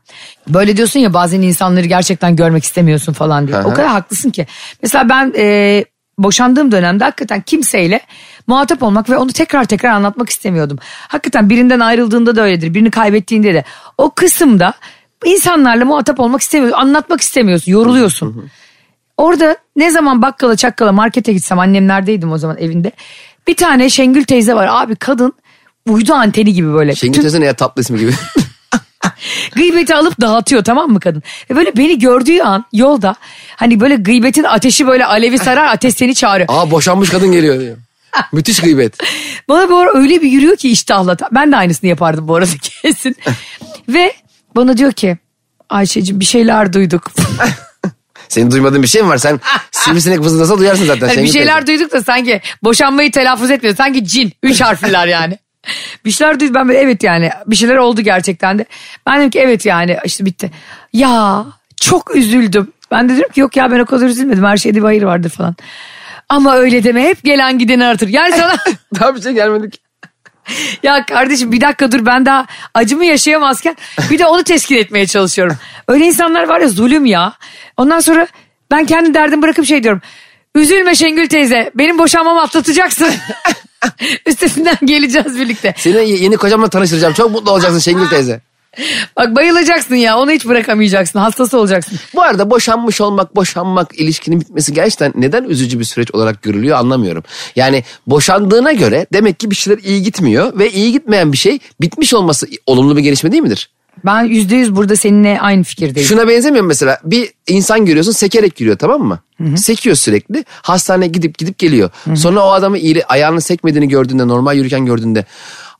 [SPEAKER 3] Böyle diyorsun ya bazen insanları gerçekten görmek istemiyorsun falan diye.
[SPEAKER 4] Hı hı.
[SPEAKER 3] O kadar haklısın ki. Mesela ben e, boşandığım dönemde hakikaten kimseyle muhatap olmak ve onu tekrar tekrar anlatmak istemiyordum. Hakikaten birinden ayrıldığında da öyledir. Birini kaybettiğinde de. O kısımda insanlarla muhatap olmak istemiyorsun. Anlatmak istemiyorsun. Yoruluyorsun. Orada ne zaman bakkala çakkala markete gitsem annemlerdeydim o zaman evinde. Bir tane Şengül teyze var abi kadın uydu anteni gibi böyle.
[SPEAKER 4] Şengül
[SPEAKER 3] Tüm
[SPEAKER 4] Tez'in ya tatlı ismi gibi.
[SPEAKER 3] gıybeti alıp dağıtıyor tamam mı kadın? Ve böyle beni gördüğü an yolda hani böyle gıybetin ateşi böyle alevi sarar ateş seni çağırıyor.
[SPEAKER 4] Aa boşanmış kadın geliyor diyor. Müthiş gıybet.
[SPEAKER 3] Bana bu ara öyle bir yürüyor ki iştahla. Ben de aynısını yapardım bu arada kesin. Ve bana diyor ki Ayşe'cim bir şeyler duyduk.
[SPEAKER 4] Senin duymadığın bir şey mi var? Sen sivrisinek vızıldasa duyarsın zaten.
[SPEAKER 3] Hani bir
[SPEAKER 4] Şengül
[SPEAKER 3] şeyler
[SPEAKER 4] teyze.
[SPEAKER 3] duyduk da sanki boşanmayı telaffuz etmiyor. Sanki cin. Üç harfliler yani. bir şeyler duydum ben böyle evet yani bir şeyler oldu gerçekten de. Ben dedim ki evet yani işte bitti. Ya çok üzüldüm. Ben de diyorum ki yok ya ben o kadar üzülmedim. Her şeyde bir hayır vardır falan. Ama öyle deme hep gelen gideni artır. Yani sana
[SPEAKER 4] Daha bir şey gelmedik.
[SPEAKER 3] ya kardeşim bir dakika dur ben daha acımı yaşayamazken bir de onu teskin etmeye çalışıyorum. Öyle insanlar var ya zulüm ya. Ondan sonra ben kendi derdimi bırakıp şey diyorum. Üzülme Şengül teyze benim boşanmamı atlatacaksın. Üstesinden geleceğiz birlikte.
[SPEAKER 4] Seni ye- yeni kocamla tanıştıracağım. Çok mutlu olacaksın Şengül teyze.
[SPEAKER 3] Bak bayılacaksın ya onu hiç bırakamayacaksın hastası olacaksın.
[SPEAKER 4] Bu arada boşanmış olmak, boşanmak, ilişkinin bitmesi gerçekten neden üzücü bir süreç olarak görülüyor anlamıyorum. Yani boşandığına göre demek ki bir şeyler iyi gitmiyor ve iyi gitmeyen bir şey bitmiş olması olumlu bir gelişme değil midir?
[SPEAKER 3] Ben yüzde yüz burada seninle aynı fikirdeyim.
[SPEAKER 4] Şuna benzemiyor mu mesela bir insan görüyorsun sekerek yürüyor tamam mı? Sekiyor sürekli hastaneye gidip gidip geliyor. Sonra o adamı iyi, ayağını sekmediğini gördüğünde normal yürürken gördüğünde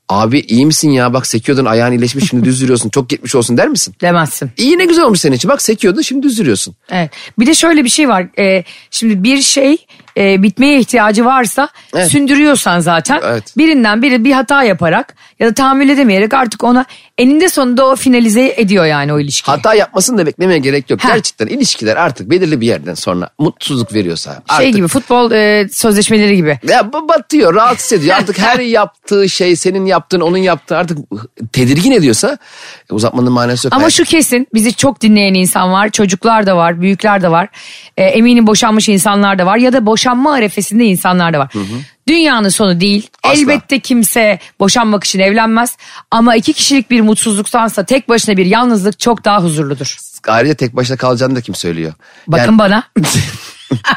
[SPEAKER 4] abi iyi misin ya bak sekiyordun ayağın iyileşmiş şimdi düz yürüyorsun çok gitmiş olsun der misin?
[SPEAKER 3] Demezsin.
[SPEAKER 4] İyi ne güzel olmuş senin için bak sekiyordun şimdi düz yürüyorsun.
[SPEAKER 3] Evet. Bir de şöyle bir şey var. Ee, şimdi bir şey e, bitmeye ihtiyacı varsa
[SPEAKER 4] Evet.
[SPEAKER 3] sündürüyorsan zaten
[SPEAKER 4] Evet.
[SPEAKER 3] birinden biri bir hata yaparak ya da tahammül edemeyerek artık ona eninde sonunda o finalize ediyor yani o ilişkiyi.
[SPEAKER 4] Hata yapmasını da beklemeye gerek yok.
[SPEAKER 3] Ha.
[SPEAKER 4] Gerçekten ilişkiler artık belirli bir yerden sonra mutsuzluk veriyorsa.
[SPEAKER 3] şey
[SPEAKER 4] artık-
[SPEAKER 3] gibi futbol e, sözleşmeleri gibi.
[SPEAKER 4] Ya bu batıyor, rahatsız ediyor. Artık her yaptığı şey senin yaptığın, onun yaptığı artık tedirgin ediyorsa uzatmanın manası yok.
[SPEAKER 3] Ama
[SPEAKER 4] Hayat-
[SPEAKER 3] şu kesin bizi çok dinleyen insan var. Çocuklar da var, büyükler de var. E, eminim boşanmış insanlar da var ya da boşanma arefesinde insanlar da var. Dünyanın sonu değil.
[SPEAKER 4] Asla.
[SPEAKER 3] Elbette kimse boşanmak için evlenmez. Ama iki kişilik bir mutsuzluktansa tek başına bir yalnızlık çok daha huzurludur.
[SPEAKER 4] ayrıca tek başına kalacağını da kim söylüyor?
[SPEAKER 3] Bakın
[SPEAKER 4] Yani
[SPEAKER 3] bana.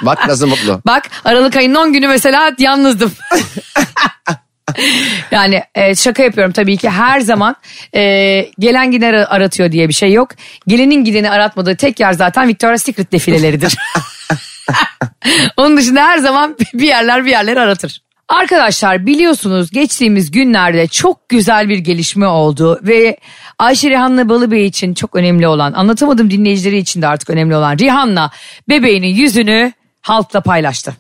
[SPEAKER 4] bak nasıl mutlu.
[SPEAKER 3] Bak Aralık ayının 10 günü mesela yalnızdım. yani e, şaka yapıyorum tabii ki her zaman e, gelen giden ar- aratıyor diye bir şey yok. Gelenin gideni aratmadığı tek yer zaten Victoria's Secret defileleridir. Onun dışında her zaman bir yerler bir yerler aratır. Arkadaşlar biliyorsunuz geçtiğimiz günlerde çok güzel bir gelişme oldu ve Ayşe Rihanna Balıbey için çok önemli olan anlatamadım dinleyicileri için de artık önemli olan Rihanna bebeğinin yüzünü halkla paylaştı.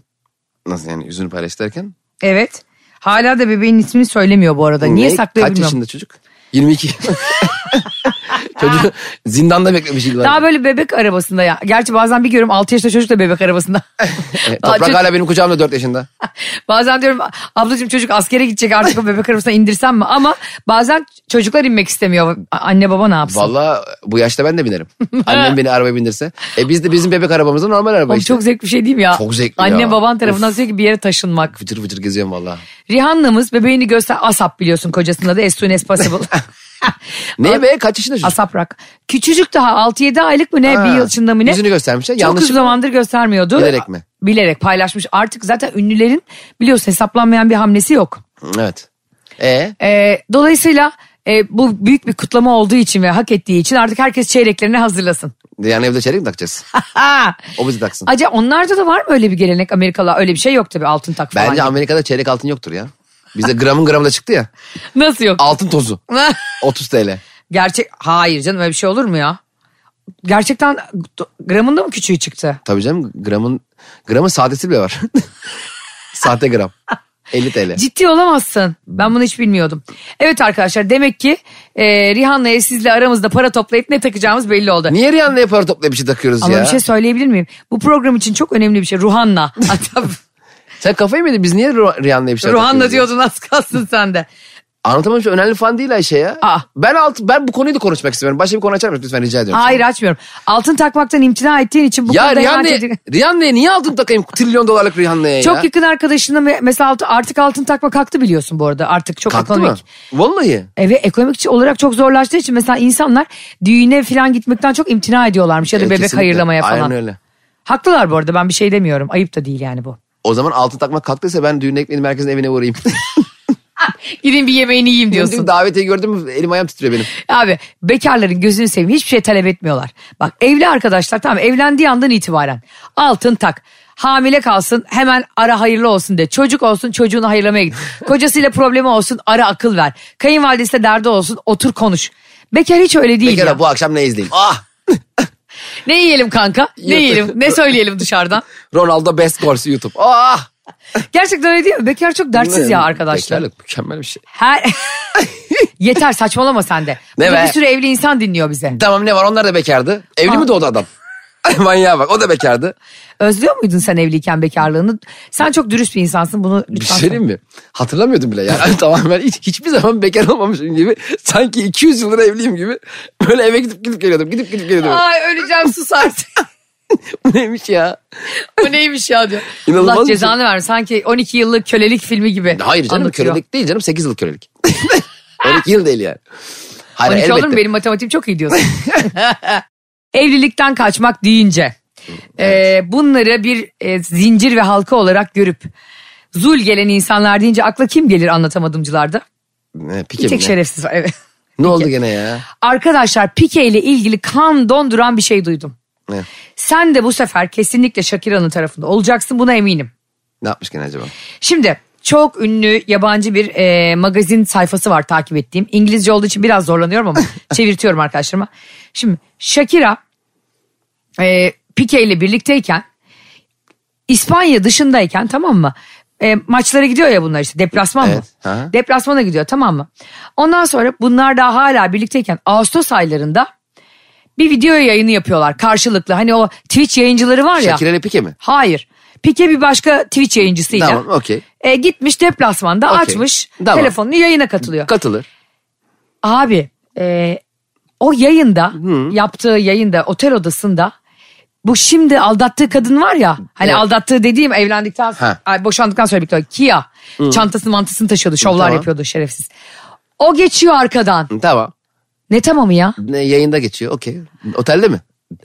[SPEAKER 4] Nasıl yani yüzünü paylaş derken?
[SPEAKER 3] Evet hala da bebeğin ismini söylemiyor bu arada niye
[SPEAKER 4] Ne?
[SPEAKER 3] saklıyor
[SPEAKER 4] Kaç
[SPEAKER 3] bilmiyorum.
[SPEAKER 4] yaşında çocuk? 22. Çocuğu zindanda beklemiş yıllar.
[SPEAKER 3] Daha böyle bebek arabasında ya. Gerçi bazen bir görüyorum 6 yaşında çocuk da bebek arabasında.
[SPEAKER 4] E,
[SPEAKER 3] Daha
[SPEAKER 4] Toprak
[SPEAKER 3] çocuk-
[SPEAKER 4] hala benim kucağımda 4 yaşında.
[SPEAKER 3] Bazen diyorum ablacığım çocuk askere gidecek artık o bebek arabasına indirsem mi? Ama bazen çocuklar inmek istemiyor. A- Anne baba ne yapsın?
[SPEAKER 4] Valla bu yaşta ben de binerim. Annem beni arabaya bindirse. E biz de bizim bebek arabamızda normal araba
[SPEAKER 3] Oğlum
[SPEAKER 4] işte.
[SPEAKER 3] çok zevkli bir şey değil mi ya?
[SPEAKER 4] Çok zevkli
[SPEAKER 3] Anne
[SPEAKER 4] ya.
[SPEAKER 3] baban tarafından sürekli bir yere taşınmak.
[SPEAKER 4] Fıcır fıcır geziyorum valla.
[SPEAKER 3] Rihanna'mız bebeğini göster... Asap biliyorsun kocasının adı. As soon as possible.
[SPEAKER 4] Ne be kaç yaşında çocuk?
[SPEAKER 3] Asaprak. Küçücük daha 6-7 aylık mı ne?
[SPEAKER 4] Ha.
[SPEAKER 3] Bir yıl içinde mi ne?
[SPEAKER 4] Yüzünü göstermişler.
[SPEAKER 3] Çok
[SPEAKER 4] Yanlış-
[SPEAKER 3] uzun zamandır göstermiyordu.
[SPEAKER 4] Bilerek mi?
[SPEAKER 3] Bilerek paylaşmış. Artık zaten ünlülerin biliyorsun hesaplanmayan bir hamlesi yok.
[SPEAKER 4] Evet. E
[SPEAKER 3] Ee, dolayısıyla e, bu büyük bir kutlama olduğu için ve hak ettiği için artık herkes çeyreklerini hazırlasın.
[SPEAKER 4] yani evde çeyrek mi takacağız? O bizi taksın.
[SPEAKER 3] Acaba onlarda da var mı öyle bir gelenek Amerikalı? Öyle bir şey yok tabii altın tak falan.
[SPEAKER 4] Bence Amerika'da çeyrek altın yoktur ya. Bizde gramın gramında çıktı ya.
[SPEAKER 3] Nasıl yok?
[SPEAKER 4] Altın tozu. 30 TL.
[SPEAKER 3] Gerçek hayır canım öyle bir şey olur mu ya? Gerçekten gramında mı küçüğü çıktı?
[SPEAKER 4] Tabii canım gramın gramın saadesi bile var. Sahte gram. 50 TL.
[SPEAKER 3] Ciddi olamazsın. Ben bunu hiç bilmiyordum. Evet arkadaşlar demek ki e, Rihanna'ya sizle aramızda para toplayıp ne takacağımız belli oldu.
[SPEAKER 4] Niye Rihanna'ya para toplayıp bir şey takıyoruz
[SPEAKER 3] Ama
[SPEAKER 4] ya?
[SPEAKER 3] bir şey söyleyebilir miyim? Bu program için çok önemli bir şey. Ruhanna. Hatta
[SPEAKER 4] Sen kafayı mı yedin? Biz niye Ru- Rihanna'ya bir şey
[SPEAKER 3] Ruhanna
[SPEAKER 4] takıyoruz? ya?
[SPEAKER 3] diyordun az kalsın sen de.
[SPEAKER 4] Anlatamadım şu önemli falan değil Ayşe ya.
[SPEAKER 3] Aa.
[SPEAKER 4] Ben alt, ben bu konuyu da konuşmak istiyorum. Başka bir konu açar mısın lütfen rica ediyorum.
[SPEAKER 3] Hayır açmıyorum. Altın takmaktan imtina ettiğin için bu
[SPEAKER 4] Ya
[SPEAKER 3] konuda hemen
[SPEAKER 4] Rihanna'ya
[SPEAKER 3] tedirgin-
[SPEAKER 4] Rihanna'ya niye altın takayım? Trilyon dolarlık Rihanna'ya
[SPEAKER 3] Çok
[SPEAKER 4] ya.
[SPEAKER 3] yakın arkadaşına me- mesela alt- artık altın takma kalktı biliyorsun bu arada. Artık çok
[SPEAKER 4] Kalktı
[SPEAKER 3] ekonomik.
[SPEAKER 4] mı? Vallahi.
[SPEAKER 3] Evet ekonomik olarak çok zorlaştığı için mesela insanlar düğüne falan gitmekten çok imtina ediyorlarmış ya da
[SPEAKER 4] E,
[SPEAKER 3] bebek
[SPEAKER 4] kesinlikle.
[SPEAKER 3] hayırlamaya falan.
[SPEAKER 4] Aynen öyle.
[SPEAKER 3] Haklılar bu arada ben bir şey demiyorum ayıp da değil yani bu.
[SPEAKER 4] O zaman altın takmak kalktıysa ben düğün ekmeğini merkezin evine uğrayayım.
[SPEAKER 3] Gidin bir yemeğini yiyeyim
[SPEAKER 4] Diyorsun.
[SPEAKER 3] diyorsun.
[SPEAKER 4] Davetiye gördün mü elim ayağım titriyor benim.
[SPEAKER 3] Abi bekarların gözünü seveyim hiçbir şey talep etmiyorlar. Bak evli arkadaşlar tamam evlendiği andan itibaren altın tak. Hamile kalsın hemen ara hayırlı olsun de. Çocuk olsun çocuğunu hayırlamaya git. Kocasıyla problemi olsun ara akıl ver. Kayınvalidesi de derdi olsun otur konuş. Bekar hiç öyle değil ya.
[SPEAKER 4] Pekala bu akşam ne izleyeyim? Ah!
[SPEAKER 3] Ne yiyelim kanka? Ne yiyelim? Ne söyleyelim dışarıdan?
[SPEAKER 4] Ronaldo best goals YouTube. Ah!
[SPEAKER 3] Gerçekten öyle değil mi? Bekar çok dertsiz ya arkadaşlar.
[SPEAKER 4] Bekarlık mükemmel bir şey.
[SPEAKER 3] Her... Yeter saçmalama sen de.
[SPEAKER 4] Ne
[SPEAKER 3] Burada
[SPEAKER 4] be?
[SPEAKER 3] bir sürü evli insan dinliyor bize.
[SPEAKER 4] Tamam ne var onlar da bekardı. Evli
[SPEAKER 3] Ah.
[SPEAKER 4] mi doğdu adam? Manyağa bak o da bekardı.
[SPEAKER 3] Özlüyor muydun sen evliyken bekarlığını? Sen çok dürüst bir insansın bunu
[SPEAKER 4] Bir
[SPEAKER 3] lütfen.
[SPEAKER 4] şey diyeyim mi? Hatırlamıyordum bile yani. tamamen hiç, hiçbir zaman bekar olmamışım gibi. Sanki 200 yıldır evliyim gibi. Böyle eve gidip gidip geliyordum. Gidip gidip
[SPEAKER 3] söyle.
[SPEAKER 4] geliyordum.
[SPEAKER 3] Ay öleceğim sus artık. Ah.
[SPEAKER 4] Bu neymiş ya?
[SPEAKER 3] Bu neymiş ya diyor.
[SPEAKER 4] İnanılmaz
[SPEAKER 3] Allah
[SPEAKER 4] bir şey.
[SPEAKER 3] cezanı versin. Sanki 12 yıllık kölelik filmi gibi.
[SPEAKER 4] Hayır canım
[SPEAKER 3] anlatıyor.
[SPEAKER 4] kölelik değil canım 8 yıl kölelik. 12 yıl değil yani.
[SPEAKER 3] 12
[SPEAKER 4] Hayır,
[SPEAKER 3] olur mu
[SPEAKER 4] elbette.
[SPEAKER 3] benim matematiğim çok iyi diyorsun. Evlilikten kaçmak deyince e, bunları bir e, zincir ve halka olarak görüp zul gelen insanlar deyince akla kim gelir anlatamadımcılarda?
[SPEAKER 4] Ne, pike
[SPEAKER 3] Bir tek
[SPEAKER 4] mi ne?
[SPEAKER 3] şerefsiz var evet.
[SPEAKER 4] Ne oldu gene ya?
[SPEAKER 3] Arkadaşlar Pike ile ilgili kan donduran bir şey duydum.
[SPEAKER 4] Ne,
[SPEAKER 3] Sen de bu sefer kesinlikle Shakira'nın tarafında olacaksın buna eminim.
[SPEAKER 4] ne yapmış gene acaba?
[SPEAKER 3] Şimdi çok ünlü yabancı bir e, magazin sayfası var takip ettiğim. İngilizce olduğu için biraz zorlanıyorum ama çevirtiyorum arkadaşlarıma. Şimdi Shakira e, Pique ile birlikteyken İspanya dışındayken tamam mı? E, maçlara gidiyor ya bunlar işte deplasman mı?
[SPEAKER 4] Evet, aha.
[SPEAKER 3] Deplasmana gidiyor tamam mı? Ondan sonra bunlar daha hala birlikteyken Ağustos aylarında bir video yayını yapıyorlar karşılıklı. Hani o Twitch yayıncıları var ya.
[SPEAKER 4] Şakir'e Pike mi?
[SPEAKER 3] Hayır. Pike bir başka Twitch yayıncısıyla.
[SPEAKER 4] Tamam okey.
[SPEAKER 3] E, gitmiş deplasmanda
[SPEAKER 4] Okey.
[SPEAKER 3] açmış
[SPEAKER 4] Tamam.
[SPEAKER 3] telefonunu yayına katılıyor.
[SPEAKER 4] Katılır.
[SPEAKER 3] Abi e, o yayında yaptığı yayında otel odasında bu şimdi aldattığı kadın var ya hani
[SPEAKER 4] Evet.
[SPEAKER 3] aldattığı dediğim evlendikten sonra
[SPEAKER 4] Ha.
[SPEAKER 3] ay, boşandıktan sonra birlikte Kia çantasını mantasını taşıyordu şovlar
[SPEAKER 4] Tamam.
[SPEAKER 3] yapıyordu şerefsiz. O geçiyor arkadan.
[SPEAKER 4] Tamam.
[SPEAKER 3] Ne tamamı ya?
[SPEAKER 4] Ne, yayında geçiyor okey. Otelde mi?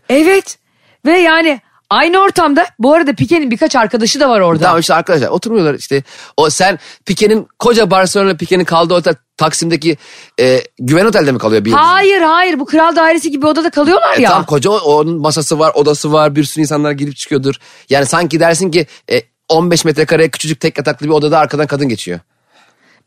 [SPEAKER 3] Evet ve yani aynı ortamda bu arada Pike'nin birkaç arkadaşı da var orada.
[SPEAKER 4] Tamam işte arkadaşlar oturmuyorlar işte. O sen Pike'nin koca Barcelona Pike'nin kaldığı otel Taksim'deki e, güven otelde mi kalıyor bir yıldızlı?
[SPEAKER 3] Hayır hayır bu kral dairesi gibi odada kalıyorlar
[SPEAKER 4] E,
[SPEAKER 3] ya.
[SPEAKER 4] Tam koca o- onun masası var, odası var, bir sürü insanlar girip çıkıyordur. Yani sanki dersin ki e, 15 metrekareye küçücük tek yataklı bir odada arkadan kadın geçiyor.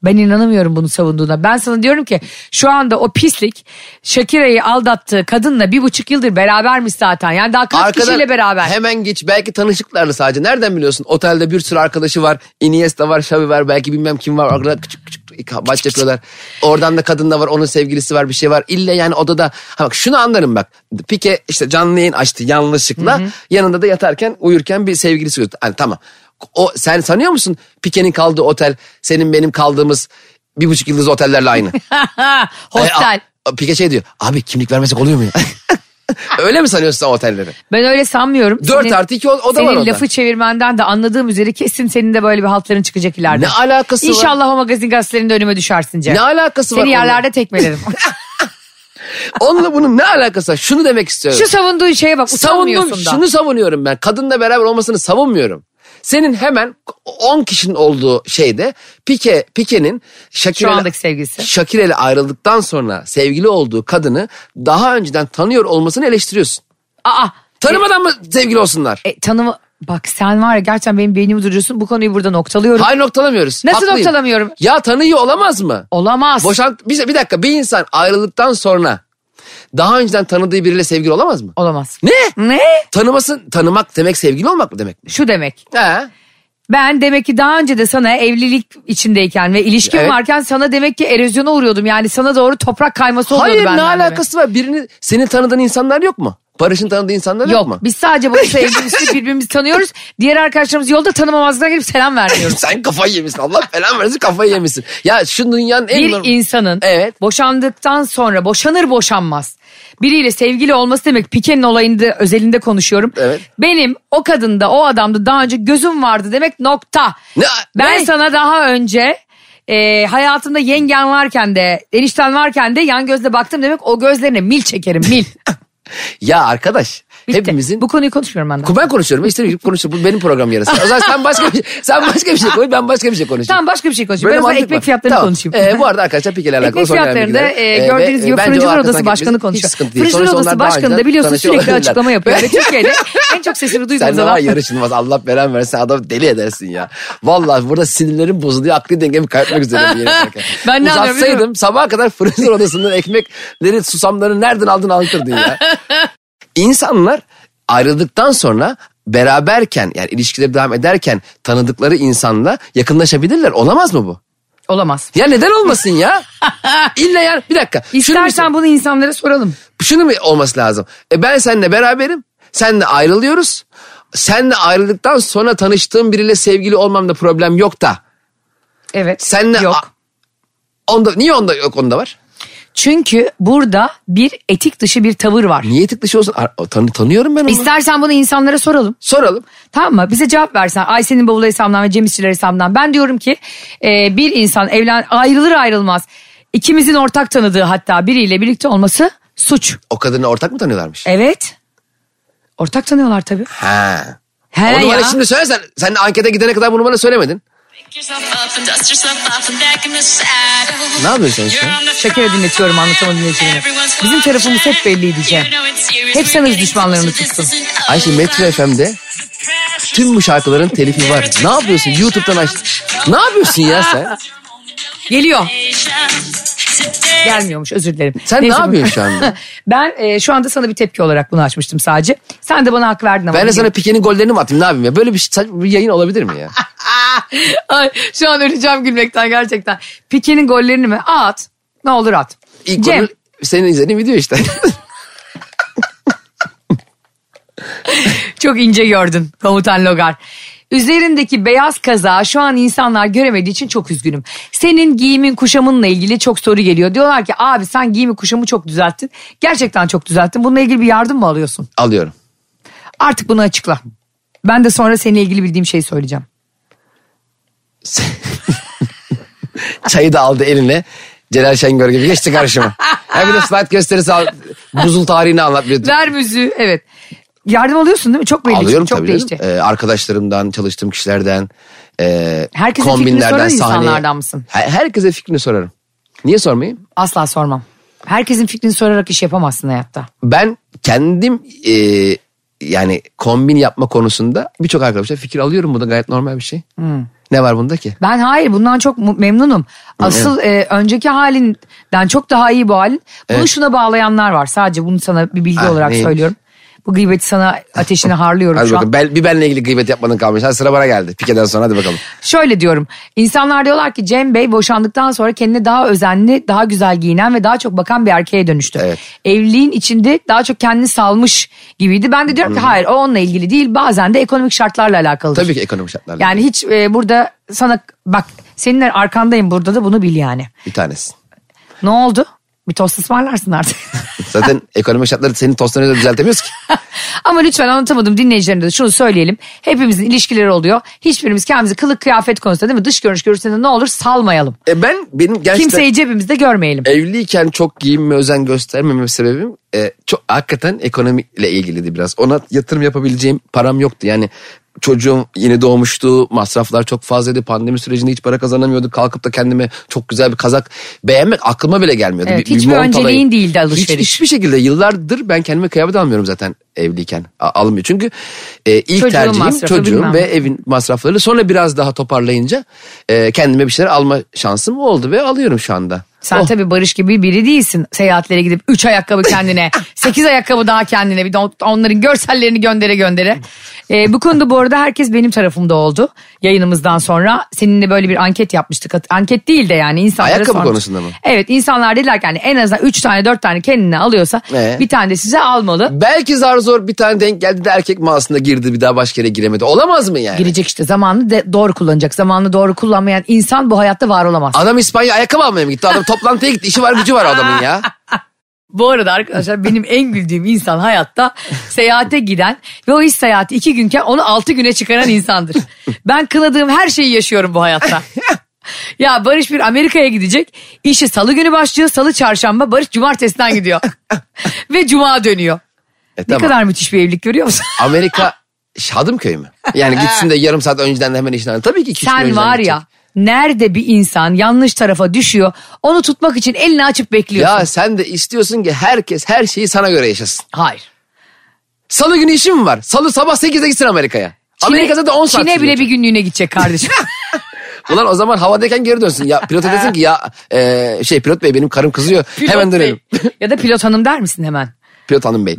[SPEAKER 3] Ben inanamıyorum bunu savunduğuna. Ben sana diyorum ki şu anda o pislik Shakira'yı aldattığı kadınla bir buçuk yıldır berabermiş zaten. Yani daha kaç
[SPEAKER 4] Arkadan
[SPEAKER 3] kişiyle beraber.
[SPEAKER 4] Hemen geç. Belki tanışıklarla sadece. Nereden biliyorsun? Otelde bir sürü arkadaşı var. Iniesta var, Xavi var. Belki bilmem kim var. Arkadan küçük küçük maç yapıyorlar. Oradan da kadın da var. Onun sevgilisi var. Bir şey var. İlle yani odada. Ha bak şunu anlarım bak. Pike işte canlı yayın açtı yanlışlıkla. Yanında da yatarken uyurken bir sevgilisi gördü. Hani tamam. O, sen sanıyor musun Pike'nin kaldığı otel senin benim kaldığımız bir buçuk yıldız otellerle aynı.
[SPEAKER 3] Hostel.
[SPEAKER 4] Hayır, a- Pike şey diyor. Abi kimlik vermesek oluyor mu ya? Öyle mi sanıyorsun sen otelleri?
[SPEAKER 3] Ben öyle sanmıyorum.
[SPEAKER 4] Dört
[SPEAKER 3] Senin-
[SPEAKER 4] artı iki o- oda var
[SPEAKER 3] Senin
[SPEAKER 4] orada.
[SPEAKER 3] lafı çevirmenden de anladığım üzere kesin senin de böyle bir haltların çıkacak ileride.
[SPEAKER 4] Ne alakası var?
[SPEAKER 3] İnşallah o magazin gazetelerinde önüme düşersin Cem.
[SPEAKER 4] Ne alakası var?
[SPEAKER 3] Seni
[SPEAKER 4] onunla?
[SPEAKER 3] yerlerde tekmelerim.
[SPEAKER 4] Onunla bunun ne alakası var? Şunu demek istiyorum.
[SPEAKER 3] Şu savunduğun şeye bak utanmıyorsun
[SPEAKER 4] Savundum,
[SPEAKER 3] da.
[SPEAKER 4] şunu savunuyorum ben. Kadınla beraber olmasını savunmuyorum. Senin hemen 10 kişinin olduğu şeyde Pike, Pike'nin Shakira
[SPEAKER 3] Şu andaki sevgilisi.
[SPEAKER 4] Shakira ile ayrıldıktan sonra sevgili olduğu kadını daha önceden tanıyor olmasını eleştiriyorsun.
[SPEAKER 3] Aa,
[SPEAKER 4] Tanımadan mı sevgili olsunlar?
[SPEAKER 3] e, tanımı... Bak sen var ya gerçekten benim beynimi duruyorsun. Bu konuyu burada noktalıyorum.
[SPEAKER 4] Hayır noktalamıyoruz.
[SPEAKER 3] Nasıl
[SPEAKER 4] Haklıyım.
[SPEAKER 3] noktalamıyorum?
[SPEAKER 4] Ya tanıyor olamaz mı?
[SPEAKER 3] Olamaz.
[SPEAKER 4] Boşan bir, bir dakika bir insan ayrıldıktan sonra daha önceden tanıdığı biriyle sevgili olamaz mı?
[SPEAKER 3] Olamaz.
[SPEAKER 4] Ne?
[SPEAKER 3] Ne?
[SPEAKER 4] Tanıması tanımak demek sevgili olmak mı demekmiş?
[SPEAKER 3] Şu demek.
[SPEAKER 4] He.
[SPEAKER 3] Ben demek ki daha önce de sana evlilik içindeyken ve ilişkim
[SPEAKER 4] Evet.
[SPEAKER 3] varken sana demek ki erozyona uğruyordum. Yani sana doğru toprak kayması oluyordu
[SPEAKER 4] Hayır ne
[SPEAKER 3] benden demek.
[SPEAKER 4] alakası var? Birini senin tanıdığın insanlar yok mu? Barış'ın tanıdığı insanlar yok,
[SPEAKER 3] Yok
[SPEAKER 4] mu?
[SPEAKER 3] biz sadece bu sevgilimizi birbirimizi tanıyoruz. Diğer arkadaşlarımız yolda tanımamazlıktan gelip selam vermiyoruz.
[SPEAKER 4] Sen kafayı yemişsin. Allah belanı versin kafayı yemişsin. Ya şu dünyanın en
[SPEAKER 3] Bir
[SPEAKER 4] normal-
[SPEAKER 3] insanın
[SPEAKER 4] Evet.
[SPEAKER 3] boşandıktan sonra boşanır boşanmaz biriyle sevgili olması demek Pike'nin olayında özelinde konuşuyorum.
[SPEAKER 4] Evet.
[SPEAKER 3] Benim o kadında o adamda daha önce gözüm vardı demek nokta.
[SPEAKER 4] Ne-
[SPEAKER 3] Ben
[SPEAKER 4] ne?
[SPEAKER 3] sana daha önce e, hayatımda yengen varken de enişten varken de yan gözle baktım demek o gözlerine mil çekerim mil.
[SPEAKER 4] Ya arkadaş
[SPEAKER 3] Bitti.
[SPEAKER 4] hepimizin...
[SPEAKER 3] Bu konuyu konuşmuyorum ben de.
[SPEAKER 4] Ben konuşuyorum. İstediğim gibi konuşuyorum. Bu benim program yarısı. O zaman sen başka bir, sen başka bir şey konuş. Ben başka bir şey konuşayım.
[SPEAKER 3] Tamam başka bir şey konuşayım. ben o zaman
[SPEAKER 4] mantık
[SPEAKER 3] ekmek
[SPEAKER 4] var.
[SPEAKER 3] fiyatlarını
[SPEAKER 4] Tamam.
[SPEAKER 3] konuşayım.
[SPEAKER 4] Ee, bu arada arkadaşlar Pike'le alakalı
[SPEAKER 3] Ekmek
[SPEAKER 4] son gelen
[SPEAKER 3] fiyatlarında
[SPEAKER 4] bilgiler.
[SPEAKER 3] e,
[SPEAKER 4] Ee,
[SPEAKER 3] gördüğünüz
[SPEAKER 4] ve-
[SPEAKER 3] gibi
[SPEAKER 4] bence o
[SPEAKER 3] Fırıncılar
[SPEAKER 4] arkadan
[SPEAKER 3] Odası Başkanı
[SPEAKER 4] gitmesi
[SPEAKER 3] konuşuyor.
[SPEAKER 4] hiç sıkıntı değil.
[SPEAKER 3] Fırıncılar
[SPEAKER 4] Sonuçta
[SPEAKER 3] Odası
[SPEAKER 4] onlar daha
[SPEAKER 3] Başkanı da
[SPEAKER 4] önceden
[SPEAKER 3] biliyorsun
[SPEAKER 4] tanışıyor
[SPEAKER 3] sürekli
[SPEAKER 4] olabilirler.
[SPEAKER 3] açıklama yapıyor. Ve Türkiye'de en çok sesini
[SPEAKER 4] Sen
[SPEAKER 3] duyduğumuz
[SPEAKER 4] ne var
[SPEAKER 3] adam.
[SPEAKER 4] yarışılmaz Allah beren versin adam deli edersin ya. Vallahi burada sinirlerim bozuluyor akli dengemi kaybetmek üzere bir yere giderken.
[SPEAKER 3] Ben ne anlıyorum biliyor
[SPEAKER 4] Uzatsaydım sabaha kadar fırınlar odasından ekmekleri susamları nereden aldın anlatırdın ya. İnsanlar ayrıldıktan sonra beraberken yani ilişkileri devam ederken tanıdıkları insanla yakınlaşabilirler. Olamaz mı bu?
[SPEAKER 3] Olamaz.
[SPEAKER 4] Ya neden olmasın ya? İlla yani bir dakika. Şunu mu-
[SPEAKER 3] İstersen bunu insanlara soralım.
[SPEAKER 4] şunu mu olması lazım? E ben seninle beraberim. Senle ayrılıyoruz. Senle ayrıldıktan sonra tanıştığım biriyle sevgili olmamda problem yok da.
[SPEAKER 3] Evet.
[SPEAKER 4] Senle
[SPEAKER 3] Yok.
[SPEAKER 4] A- onda niye onda yok onda var?
[SPEAKER 3] Çünkü burada bir etik dışı bir tavır var.
[SPEAKER 4] Niye tık dışı olsun? Ar- tan- tanıyorum ben onu.
[SPEAKER 3] İstersen bunu insanlara soralım.
[SPEAKER 4] Soralım.
[SPEAKER 3] Tamam mı? Bize cevap versen. Ayşe'nin bavulu hesabından ve Cem İşçiler hesabından. Ben diyorum ki e, bir insan evlen ayrılır ayrılmaz. ikimizin ortak tanıdığı hatta biriyle birlikte olması suç.
[SPEAKER 4] O kadını ortak mı
[SPEAKER 3] E-
[SPEAKER 4] tanıyorlarmış?
[SPEAKER 3] Evet. Ortak tanıyorlar tabii.
[SPEAKER 4] Ha.
[SPEAKER 3] He
[SPEAKER 4] onu
[SPEAKER 3] ya.
[SPEAKER 4] bana şimdi söylesen. Sen ankete gidene kadar bunu bana söylemedin.
[SPEAKER 6] Pick yourself up and dust yourself off and back in the saddle.
[SPEAKER 4] Ne yapıyorsun sen?
[SPEAKER 3] Şakir'e dinletiyorum, anlatamadım dinleyicilerine. Bizim tarafımız hep belliydi Cem. Hep sen öz düşmanlarını tuttun.
[SPEAKER 4] Ayşe Metro FM'de Tüm bu şarkıların telifi var. Ne yapıyorsun? YouTube'dan aç. Ne yapıyorsun ya sen?
[SPEAKER 3] Geliyor. Gelmiyormuş özür dilerim.
[SPEAKER 4] Sen ne
[SPEAKER 3] bu-
[SPEAKER 4] yapıyorsun şu anda?
[SPEAKER 3] ben e, şu anda sana bir tepki olarak bunu açmıştım sadece. Sen de bana hak verdin ama.
[SPEAKER 4] Ben de sana Pike'nin gollerini mi atayım ne yapayım ya? Böyle bir, saçma bir yayın olabilir mi ya?
[SPEAKER 3] Ay, şu an öleceğim gülmekten gerçekten. Pike'nin gollerini mi? At. Ne olur at.
[SPEAKER 4] İlk
[SPEAKER 3] Cem.
[SPEAKER 4] golü senin izlediğin video işte.
[SPEAKER 3] Çok ince gördün komutan Logar. Üzerindeki beyaz kazağı şu an insanlar göremediği için çok üzgünüm. Senin giyimin kuşamınla ilgili çok soru geliyor. Diyorlar ki abi sen giyimi kuşamı çok düzelttin. Gerçekten çok düzelttin. Bununla ilgili bir yardım mı alıyorsun?
[SPEAKER 4] Alıyorum.
[SPEAKER 3] Artık bunu açıkla. Ben de sonra seninle ilgili bildiğim şeyi söyleyeceğim.
[SPEAKER 4] Çayı da aldı eline. Celal Şengör gibi geçti karşıma. Hem bir de slide gösterisi al. Buzul tarihini anlatmıyor.
[SPEAKER 3] Ver müziği evet. Yardım alıyorsun değil mi? Çok belli. çünkü
[SPEAKER 4] Alıyorum
[SPEAKER 3] çok
[SPEAKER 4] tabii.
[SPEAKER 3] değişti.
[SPEAKER 4] canım. Ee, arkadaşlarımdan, çalıştığım kişilerden, e,
[SPEAKER 3] Herkesin
[SPEAKER 4] kombinlerden,
[SPEAKER 3] fikrini soran
[SPEAKER 4] sahneye.
[SPEAKER 3] insanlardan mısın?
[SPEAKER 4] Her- herkese fikrini sorarım. Niye sormayayım?
[SPEAKER 3] Asla sormam. Herkesin fikrini sorarak iş yapamazsın hayatta.
[SPEAKER 4] ben kendim e, yani kombin yapma konusunda birçok arkadaşlar fikir alıyorum. Bu da gayet normal bir şey.
[SPEAKER 3] Hmm.
[SPEAKER 4] Ne var bunda ki?
[SPEAKER 3] Ben hayır bundan çok mu- memnunum. Asıl e, önceki halinden çok daha iyi bu halin. Bunu
[SPEAKER 4] Evet.
[SPEAKER 3] şuna bağlayanlar var. Sadece bunu sana bir bilgi
[SPEAKER 4] Ah,
[SPEAKER 3] olarak
[SPEAKER 4] neymiş?
[SPEAKER 3] söylüyorum. Bu gıybeti sana ateşine harlıyorum
[SPEAKER 4] Hadi
[SPEAKER 3] şu
[SPEAKER 4] bakalım.
[SPEAKER 3] an.
[SPEAKER 4] Ben, bir benle ilgili gıybet yapmanın kalmış. Hadi sıra bana geldi. Pike'den sonra hadi bakalım.
[SPEAKER 3] Şöyle diyorum. İnsanlar diyorlar ki Cem Bey boşandıktan sonra kendine daha özenli, daha güzel giyinen ve daha çok bakan bir erkeğe dönüştü.
[SPEAKER 4] Evet.
[SPEAKER 3] Evliliğin içinde daha çok kendini salmış gibiydi. Ben de diyorum ki hayır o onunla ilgili değil. Bazen de ekonomik şartlarla alakalı.
[SPEAKER 4] Tabii ki ekonomik şartlarla.
[SPEAKER 3] Yani hiç e, burada sana bak senin arkandayım burada da bunu bil yani.
[SPEAKER 4] Bir tanesi.
[SPEAKER 3] Ne oldu? Bir tost ısmarlarsın artık.
[SPEAKER 4] Zaten ekonomik şartları senin tostlarını da düzeltemiyoruz ki.
[SPEAKER 3] Ama lütfen anlatamadım dinleyicilerine de şunu söyleyelim. Hepimizin ilişkileri oluyor. Hiçbirimiz kendimizi kılık kıyafet konusunda değil mi? Dış görünüş görüntüsünde ne olur salmayalım.
[SPEAKER 4] E ben benim gerçekten
[SPEAKER 3] Kimseyi cebimizde görmeyelim.
[SPEAKER 4] evliyken çok giyinme özen göstermeme sebebim e, çok hakikaten ekonomiyle ilgiliydi biraz. Ona yatırım yapabileceğim param yoktu. Yani çocuğum yeni doğmuştu. Masraflar çok fazlaydı. Pandemi sürecinde hiç para kazanamıyorduk. Kalkıp da kendime çok güzel bir kazak beğenmek aklıma bile gelmiyordu.
[SPEAKER 3] Evet,
[SPEAKER 4] Bir- bir
[SPEAKER 3] hiçbir
[SPEAKER 4] mont
[SPEAKER 3] önceliğin
[SPEAKER 4] alayım.
[SPEAKER 3] değildi
[SPEAKER 4] Hiç-
[SPEAKER 3] alışveriş.
[SPEAKER 4] hiçbir şekilde yıllardır ben kendime kıyafet almıyorum zaten evliyken. A- almıyor. Çünkü e, ilk
[SPEAKER 3] Çocuğun
[SPEAKER 4] tercihim
[SPEAKER 3] masrafı,
[SPEAKER 4] çocuğum
[SPEAKER 3] bilmem
[SPEAKER 4] ve
[SPEAKER 3] ne.
[SPEAKER 4] evin masrafları. Sonra biraz daha toparlayınca e, kendime bir şeyler alma şansım oldu ve alıyorum şu anda.
[SPEAKER 3] Sen
[SPEAKER 4] Oh.
[SPEAKER 3] tabii Barış gibi biri değilsin. Seyahatlere gidip 3 ayakkabı kendine, 8 ayakkabı daha kendine. Bir de on- onların görsellerini göndere göndere. Ee, bu konuda bu arada herkes benim tarafımda oldu. Yayınımızdan sonra seninle böyle bir anket yapmıştık. Hat- Anket değil de yani insanlara
[SPEAKER 4] Ayakkabı
[SPEAKER 3] sormuş-
[SPEAKER 4] konusunda mı?
[SPEAKER 3] Evet insanlar dediler ki yani en azından 3 tane 4 tane kendine alıyorsa
[SPEAKER 4] Ee?
[SPEAKER 3] bir tane de size almalı.
[SPEAKER 4] Belki zar zor bir tane denk geldi de erkek mağazasına girdi bir daha başka yere giremedi. Olamaz mı yani?
[SPEAKER 3] Girecek işte zamanını de doğru kullanacak. Zamanını doğru kullanmayan insan bu hayatta var olamaz.
[SPEAKER 4] Adam İspanya ayakkabı almaya mı gitti? Adam toplantıya gitti. İşi var gücü var adamın ya.
[SPEAKER 3] Bu arada arkadaşlar benim en güldüğüm insan hayatta seyahate giden ve o iş seyahati iki günken onu altı güne çıkaran insandır. Ben kınadığım her şeyi yaşıyorum bu hayatta. Ya Barış bir Amerika'ya gidecek. İşi salı günü başlıyor. Salı çarşamba Barış cumartesiden gidiyor. ve cuma dönüyor.
[SPEAKER 4] E,
[SPEAKER 3] Ne
[SPEAKER 4] tamam.
[SPEAKER 3] kadar müthiş bir evlilik görüyor musun?
[SPEAKER 4] Amerika Şadımköy mü? Yani gitsin de yarım saat önceden de hemen işini alın. Tabii ki iki üç gün
[SPEAKER 3] Sen
[SPEAKER 4] önceden
[SPEAKER 3] var ya
[SPEAKER 4] gidecek.
[SPEAKER 3] nerede bir insan yanlış tarafa düşüyor onu tutmak için elini açıp bekliyorsun.
[SPEAKER 4] Ya sen de istiyorsun ki herkes her şeyi sana göre yaşasın.
[SPEAKER 3] Hayır.
[SPEAKER 4] Salı günü işim var. Salı sabah 8'de gitsin Amerika'ya. Amerika'da da 10 saat.
[SPEAKER 3] Çin'e
[SPEAKER 4] sürüyor.
[SPEAKER 3] bile bir günlüğüne gidecek kardeşim.
[SPEAKER 4] Ulan o zaman havadayken geri dönsün. Ya pilota desin ki ya e, şey pilot bey benim karım kızıyor.
[SPEAKER 3] Pilot
[SPEAKER 4] hemen
[SPEAKER 3] bey.
[SPEAKER 4] dönelim.
[SPEAKER 3] ya da pilot hanım der misin hemen?
[SPEAKER 4] pilot hanım bey.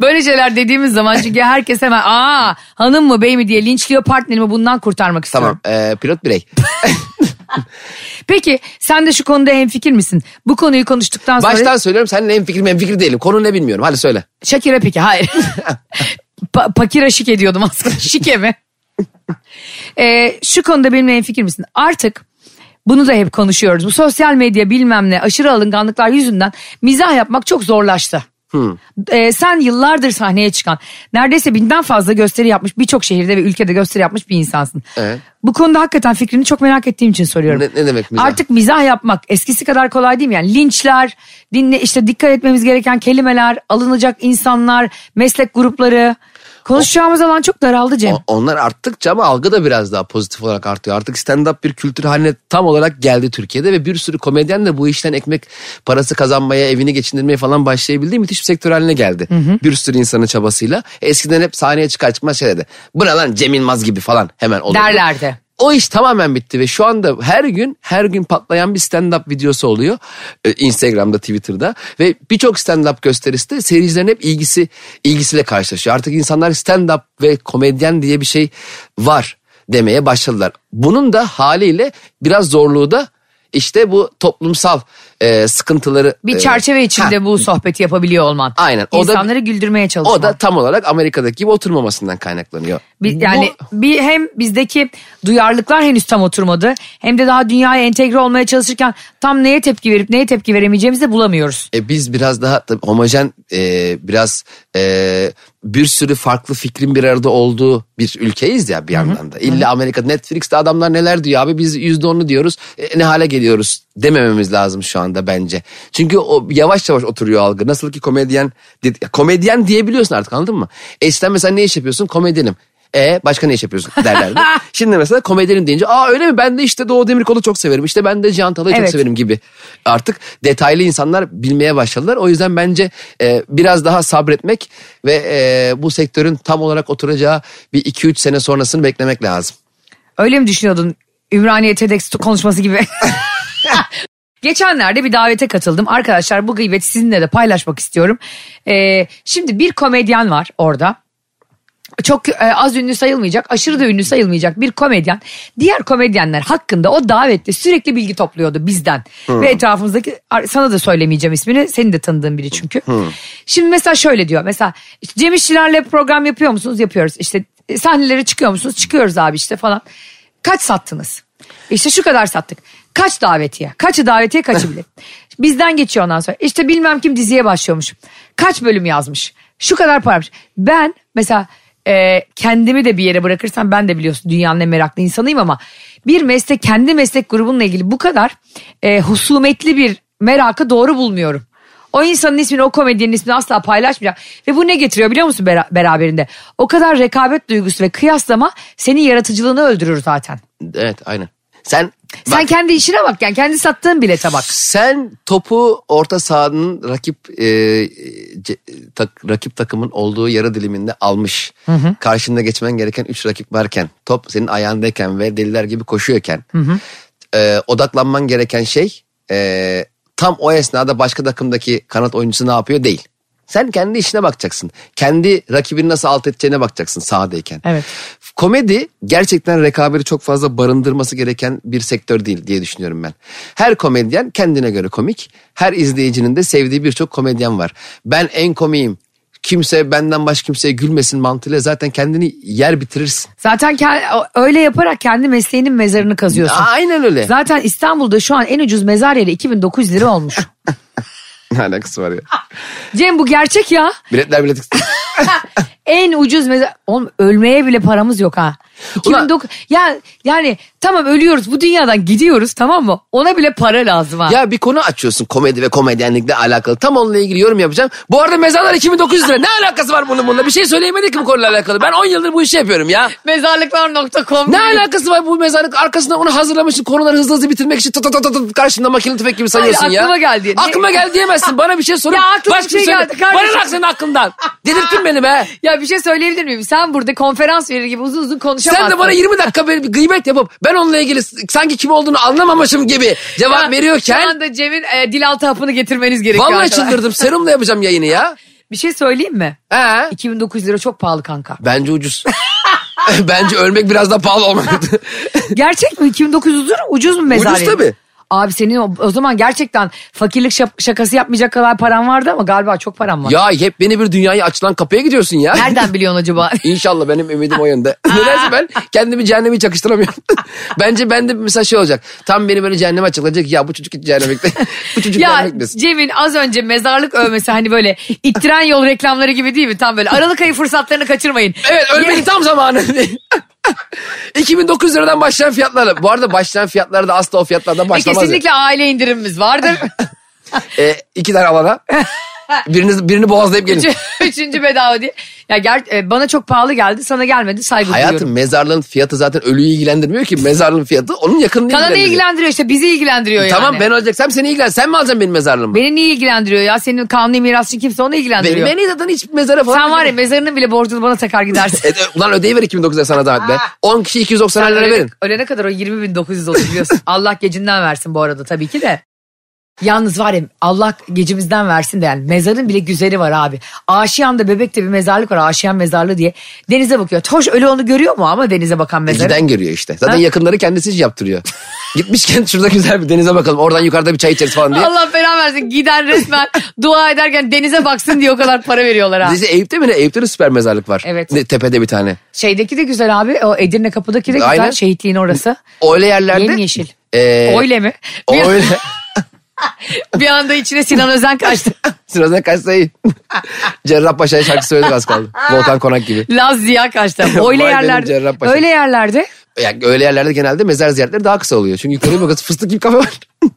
[SPEAKER 3] Böyle şeyler dediğimiz zaman çünkü herkes hemen aa hanım mı bey mi diye linçliyor partnerimi bundan kurtarmak istiyorum.
[SPEAKER 4] tamam e, pilot birey.
[SPEAKER 3] Peki sen de şu konuda hemfikir misin? Bu konuyu konuştuktan sonra
[SPEAKER 4] Baştan söylüyorum seninle en fikir fikir değilim. Konu ne bilmiyorum. Hadi söyle.
[SPEAKER 3] Şakir'e peki hayır. pa- pakira şik ediyordum aslında şike mi? Ee, şu konuda benimle hemfikir misin? Artık bunu da hep konuşuyoruz. Bu sosyal medya bilmem ne aşırı alınganlıklar yüzünden mizah yapmak çok zorlaştı. Ee, sen yıllardır sahneye çıkan neredeyse binden fazla gösteri yapmış birçok şehirde ve ülkede gösteri yapmış bir insansın.
[SPEAKER 4] Evet.
[SPEAKER 3] Bu konuda hakikaten fikrini çok merak ettiğim için soruyorum.
[SPEAKER 4] Ne- ne demek mizah?
[SPEAKER 3] Artık mizah yapmak eskisi kadar kolay değil mi? Yani linçler, dinle işte dikkat etmemiz gereken kelimeler, alınacak insanlar, meslek grupları. Konuşacağımız alan çok daraldı Cem.
[SPEAKER 4] O- Onlar arttıkça ama algı da biraz daha pozitif olarak artıyor. Artık stand-up bir kültür haline tam olarak geldi Türkiye'de ve bir sürü komedyen de bu işten ekmek parası kazanmaya, evini geçindirmeye falan başlayabildiği müthiş bir sektör haline geldi. Bir sürü insanın çabasıyla. Eskiden hep sahneye çıkar çıkmaz şey dedi. Bu ne lan Cem Yılmaz gibi falan hemen olurdu.
[SPEAKER 3] Derlerdi.
[SPEAKER 4] O iş tamamen bitti ve şu anda her gün her gün patlayan bir stand-up videosu oluyor. Ee, Instagram'da, Twitter'da ve birçok stand-up gösterisi de seyircilerin hep ilgisi ilgisiyle karşılaşıyor. Artık insanlar stand-up ve komedyen diye bir şey var demeye başladılar. Bunun da haliyle biraz zorluğu da işte bu toplumsal e, sıkıntıları
[SPEAKER 3] Bir
[SPEAKER 4] e,
[SPEAKER 3] çerçeve içinde
[SPEAKER 4] ha,
[SPEAKER 3] bu sohbeti yapabiliyor olman.
[SPEAKER 4] Aynen. O da-
[SPEAKER 3] İnsanları güldürmeye çalışman.
[SPEAKER 4] o da tam olarak Amerika'daki gibi oturmamasından kaynaklanıyor.
[SPEAKER 3] Bir- yani bir hem bizdeki duyarlılıklar henüz tam oturmadı hem de daha dünyaya entegre olmaya çalışırken tam neye tepki verip neye tepki veremeyeceğimizi de bulamıyoruz.
[SPEAKER 4] E, biz biraz daha tabii homojen e, biraz e, bir sürü farklı fikrin bir arada olduğu bir ülkeyiz ya bir yandan da. İlla Amerika Netflix'te adamlar neler diyor abi biz yüzde onu diyoruz e, ne hale geliyoruz demememiz lazım şu anda bence. Çünkü o yavaş yavaş oturuyor algı. Nasıl ki komedyen dedi- komedyen diyebiliyorsun artık anladın mı? Eskiden mesela ne iş yapıyorsun? Komedyenim. E başka ne iş yapıyorsun derlerdi. Şimdi mesela komedyenim deyince aa öyle mi ben de işte Doğu Demirkol'u çok severim. İşte ben de Cihan Talay'ı çok
[SPEAKER 3] Evet.
[SPEAKER 4] severim benim gibi artık detaylı insanlar bilmeye başladılar. O yüzden bence e, biraz daha sabretmek ve e, bu sektörün tam olarak oturacağı bir 2-3 sene sonrasını beklemek lazım.
[SPEAKER 3] Öyle mi düşünüyordun Ümraniye TEDx konuşması gibi? Geçenlerde bir davete katıldım. Arkadaşlar bu gıybeti sizinle de paylaşmak istiyorum. Ee, şimdi bir komedyen var orada. Çok e, az ünlü sayılmayacak, aşırı da ünlü sayılmayacak bir komedyen. Diğer komedyenler hakkında o davette sürekli bilgi topluyordu bizden. Ve etrafımızdaki, sana da söylemeyeceğim ismini. Seni de tanıdığım biri çünkü. Şimdi mesela şöyle diyor. Mesela işte Cem İşçilerle program yapıyor musunuz? Yapıyoruz. İşte e, sahnelere çıkıyor musunuz? Çıkıyoruz abi işte falan. Kaç sattınız? İşte şu kadar sattık. Kaç davetiye? Kaçı davetiye kaçı bilet? Bizden geçiyor ondan sonra. İşte bilmem kim diziye başlıyormuş. Kaç bölüm yazmış? Şu kadar paramış. Ben mesela e, kendimi de bir yere bırakırsam ben de biliyorsun dünyanın en meraklı insanıyım ama bir meslek kendi meslek grubunla ilgili bu kadar e, husumetli bir merakı doğru bulmuyorum. O insanın ismini, o komedyenin ismini asla paylaşmayacak. Ve bu ne getiriyor biliyor musun bera- beraberinde? O kadar rekabet duygusu ve kıyaslama senin yaratıcılığını öldürür zaten.
[SPEAKER 4] Evet aynen. Sen
[SPEAKER 3] Sen kendi işine bak yani kendi sattığın bilete bak.
[SPEAKER 4] sen topu orta sahanın rakip e, ce- tak- rakip takımın olduğu yarı diliminde almış. Karşında geçmen gereken 3 rakip varken, top senin ayağındayken ve deliler gibi koşuyorken e, odaklanman gereken şey e, tam o esnada başka takımdaki kanat oyuncusu ne yapıyor değil. Sen kendi işine bakacaksın. Kendi rakibini nasıl alt edeceğine bakacaksın sahadayken.
[SPEAKER 3] Evet.
[SPEAKER 4] Komedi gerçekten rekabeti çok fazla barındırması gereken bir sektör değil diye düşünüyorum ben. Her komedyen kendine göre komik. Her izleyicinin de sevdiği birçok komedyen var. Ben en komiyim. Kimse benden başka kimseye gülmesin mantığıyla zaten kendini yer bitirirsin.
[SPEAKER 3] Zaten ke- o- öyle yaparak kendi mesleğinin mezarını kazıyorsun.
[SPEAKER 4] Aynen öyle.
[SPEAKER 3] Zaten İstanbul'da şu an en ucuz mezar yeri 2900 lira olmuş.
[SPEAKER 4] Ne alakası var ya?
[SPEAKER 3] Cem bu gerçek ya.
[SPEAKER 4] Biletler bilet.
[SPEAKER 3] En ucuz mezar. Oğlum ölmeye bile paramız yok ha.
[SPEAKER 4] Ulan-
[SPEAKER 3] 2009 ya yani tamam ölüyoruz bu dünyadan gidiyoruz tamam mı? Ona bile para lazım ha.
[SPEAKER 4] Ya bir konu açıyorsun komedi ve komedyenlikle alakalı. Tam onunla ilgili yorum yapacağım. Bu arada mezarlar 2900 lira. Ne alakası var bunun bununla? Bir şey söyleyemedik ki bu konuyla alakalı. Ben 10 yıldır bu işi yapıyorum ya.
[SPEAKER 3] Mezarlıklar.com
[SPEAKER 4] Ne alakası var bu mezarlık arkasında onu hazırlamışsın konuları hızlı hızlı bitirmek için tut tut tut tut karşında makine tüfek gibi sanıyorsun
[SPEAKER 3] Hayır,
[SPEAKER 4] ya.
[SPEAKER 3] aklıma geldi. Ne-
[SPEAKER 4] Aklıma geldi diyemezsin bana bir şey sorun.
[SPEAKER 3] Ya aklıma
[SPEAKER 4] Başka
[SPEAKER 3] bir şey
[SPEAKER 4] söyle.
[SPEAKER 3] geldi kardeşim.
[SPEAKER 4] Bana bak senin aklından. Delirttin beni be.
[SPEAKER 3] Ya bir şey söyleyebilir miyim? Sen burada konferans verir gibi uzun uzun konuşamazsın.
[SPEAKER 4] Sen de bana 20 dakika böyle bir gıybet yapıp ben onunla ilgili s- sanki kim olduğunu anlamamışım gibi cevap
[SPEAKER 3] Ya, Şu
[SPEAKER 4] veriyorken
[SPEAKER 3] anda Cem'in e, dil altı hapını getirmeniz gerekiyor.
[SPEAKER 4] vallahi
[SPEAKER 3] arkadaşlar.
[SPEAKER 4] çıldırdım serumla yapacağım yayını ya.
[SPEAKER 3] Bir şey söyleyeyim mi?
[SPEAKER 4] He.
[SPEAKER 3] 2900 lira çok pahalı kanka.
[SPEAKER 4] Bence ucuz. Bence ölmek biraz daha pahalı olmalı.
[SPEAKER 3] Gerçek mi? 2900 lira ucuz mu mezar
[SPEAKER 4] Ucuz
[SPEAKER 3] yeri?
[SPEAKER 4] tabii.
[SPEAKER 3] Abi senin o, o zaman gerçekten fakirlik şap- şakası yapmayacak kadar paran vardı ama galiba çok paran var.
[SPEAKER 4] ya hep beni bir dünyaya açılan kapıya gidiyorsun ya.
[SPEAKER 3] Nereden biliyorsun acaba?
[SPEAKER 4] İnşallah benim ümidim o yönde. Nedense ben kendimi cehenneme hiç yakıştıramıyorum. Bence bende mesela şey olacak. Tam beni böyle cehenneme açılacak. Ya bu çocuk hiç cehenneme gitmesin. bu çocuk
[SPEAKER 3] ya
[SPEAKER 4] cehenneme gitmesin.
[SPEAKER 3] Cem'in az önce mezarlık övmesi hani böyle ittiren yol reklamları gibi değil mi? Tam böyle Aralık ayı fırsatlarını kaçırmayın.
[SPEAKER 4] Evet ölmenin tam zamanı. 2900 liradan başlayan fiyatlarla. Bu arada başlayan fiyatlar da
[SPEAKER 3] E,
[SPEAKER 4] asla o fiyatlardan
[SPEAKER 3] Ve
[SPEAKER 4] başlamaz. ya.
[SPEAKER 3] kesinlikle aile indirimimiz vardır.
[SPEAKER 4] Ee, iki tane E, alana. Biriniz, birini boğazlayıp gelin.
[SPEAKER 3] Üçü- Üçüncü bedava diye. Ya ger- e, bana çok pahalı geldi sana gelmedi saygı
[SPEAKER 4] Hayatım
[SPEAKER 3] duyuyorum.
[SPEAKER 4] mezarlığın fiyatı zaten ölüyü ilgilendirmiyor ki. Mezarlığın fiyatı onun yakınını
[SPEAKER 3] Kalanı
[SPEAKER 4] ilgilendiriyor.
[SPEAKER 3] ilgilendiriyor işte bizi ilgilendiriyor
[SPEAKER 4] şey. Tamam
[SPEAKER 3] yani.
[SPEAKER 4] ben olacaksam seni ilgilen. Sen mi alacaksın benim mezarlığımı?
[SPEAKER 3] Beni niye ilgilendiriyor ya senin kanuni mirasçın kimse onu
[SPEAKER 4] Benim
[SPEAKER 3] ilgilendiriyor.
[SPEAKER 4] beni zaten hiç mezara falan.
[SPEAKER 3] Sen var ya mezarının bile borcunu bana takar gidersin.
[SPEAKER 4] E, e, ulan ödeyiver 2900 sana zahmet be.
[SPEAKER 3] Ah.
[SPEAKER 4] 10 kişi 290 lira
[SPEAKER 3] Ölene-
[SPEAKER 4] verin.
[SPEAKER 3] Ölene kadar o 20.900 olur biliyorsun. Allah gecinden versin bu arada tabii ki de. Yalnız var ya Allah gecimizden versin de yani mezarın bile güzeli var abi. Aşiyan'da bebekte bir mezarlık var Aşiyan mezarlığı diye. Denize bakıyor. Hoş ölü onu görüyor mu ama denize bakan mezarı.
[SPEAKER 4] İlgiden görüyor işte. Zaten
[SPEAKER 3] Ha?
[SPEAKER 4] yakınları kendisi yaptırıyor. Gitmişken şurada güzel bir denize bakalım. Oradan yukarıda bir çay içeriz falan diye.
[SPEAKER 3] Allah belanı versin. Giden resmen dua ederken denize baksın diye o kadar para veriyorlar ha.
[SPEAKER 4] Dizi Eyüp'te mi ne? Eyüp'te de süper mezarlık var.
[SPEAKER 3] Evet.
[SPEAKER 4] Ne, tepede bir tane.
[SPEAKER 3] Şeydeki de güzel abi. O Edirne kapıdaki de güzel.
[SPEAKER 4] Aynen.
[SPEAKER 3] Şehitliğin orası.
[SPEAKER 4] Öyle yerlerde.
[SPEAKER 3] Yemyeşil.
[SPEAKER 4] Ee,
[SPEAKER 3] Öyle mi? Bir,
[SPEAKER 4] Öyle.
[SPEAKER 3] bir anda içine Sinan Özen kaçtı.
[SPEAKER 4] Sırasına kaçsa iyi. Cerrahpaşa'ya şarkı söyledik az kaldı. Volkan Konak gibi.
[SPEAKER 3] Laz Ziya kaçtı.
[SPEAKER 4] Vay
[SPEAKER 3] Öyle
[SPEAKER 4] benim
[SPEAKER 3] yerlerde.
[SPEAKER 4] Cerrahpaşa.
[SPEAKER 3] Öyle yerlerde.
[SPEAKER 4] Yani öyle yerlerde genelde mezar ziyaretleri daha kısa oluyor. Çünkü yukarıya bakıyorsun fıstık gibi kafe var.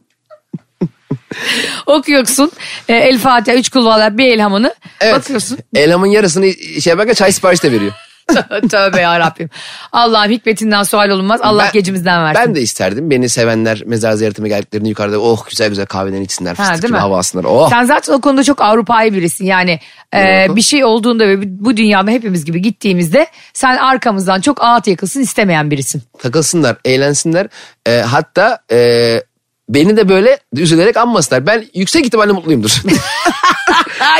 [SPEAKER 3] Okuyorsun. e, El Fatiha, üç kulvalla bir elhamını.
[SPEAKER 4] Evet.
[SPEAKER 3] Bakıyorsun.
[SPEAKER 4] Elhamın yarısını şey yaparken çay sipariş de veriyor.
[SPEAKER 3] Tö- Tövbe yarabbim. Allah'ım hikmetinden sual olunmaz. Allah
[SPEAKER 4] Ben-
[SPEAKER 3] gecimizden versin.
[SPEAKER 4] Ben de isterdim. Beni sevenler mezar ziyaretime geldiklerini yukarıda oh güzel güzel kahvelerini içsinler.
[SPEAKER 3] Ha,
[SPEAKER 4] Fıstık
[SPEAKER 3] değil
[SPEAKER 4] gibi
[SPEAKER 3] mi?
[SPEAKER 4] hava alsınlar. Oh.
[SPEAKER 3] Sen zaten o konuda çok Avrupa'yı birisin. Yani e, bir şey olduğunda ve bu dünyada hepimiz gibi gittiğimizde sen arkamızdan çok ağıt yakılsın istemeyen birisin.
[SPEAKER 4] takılsınlar, eğlensinler. Ee, hatta e, beni de böyle üzülerek anmasınlar. Ben yüksek ihtimalle mutluyumdur.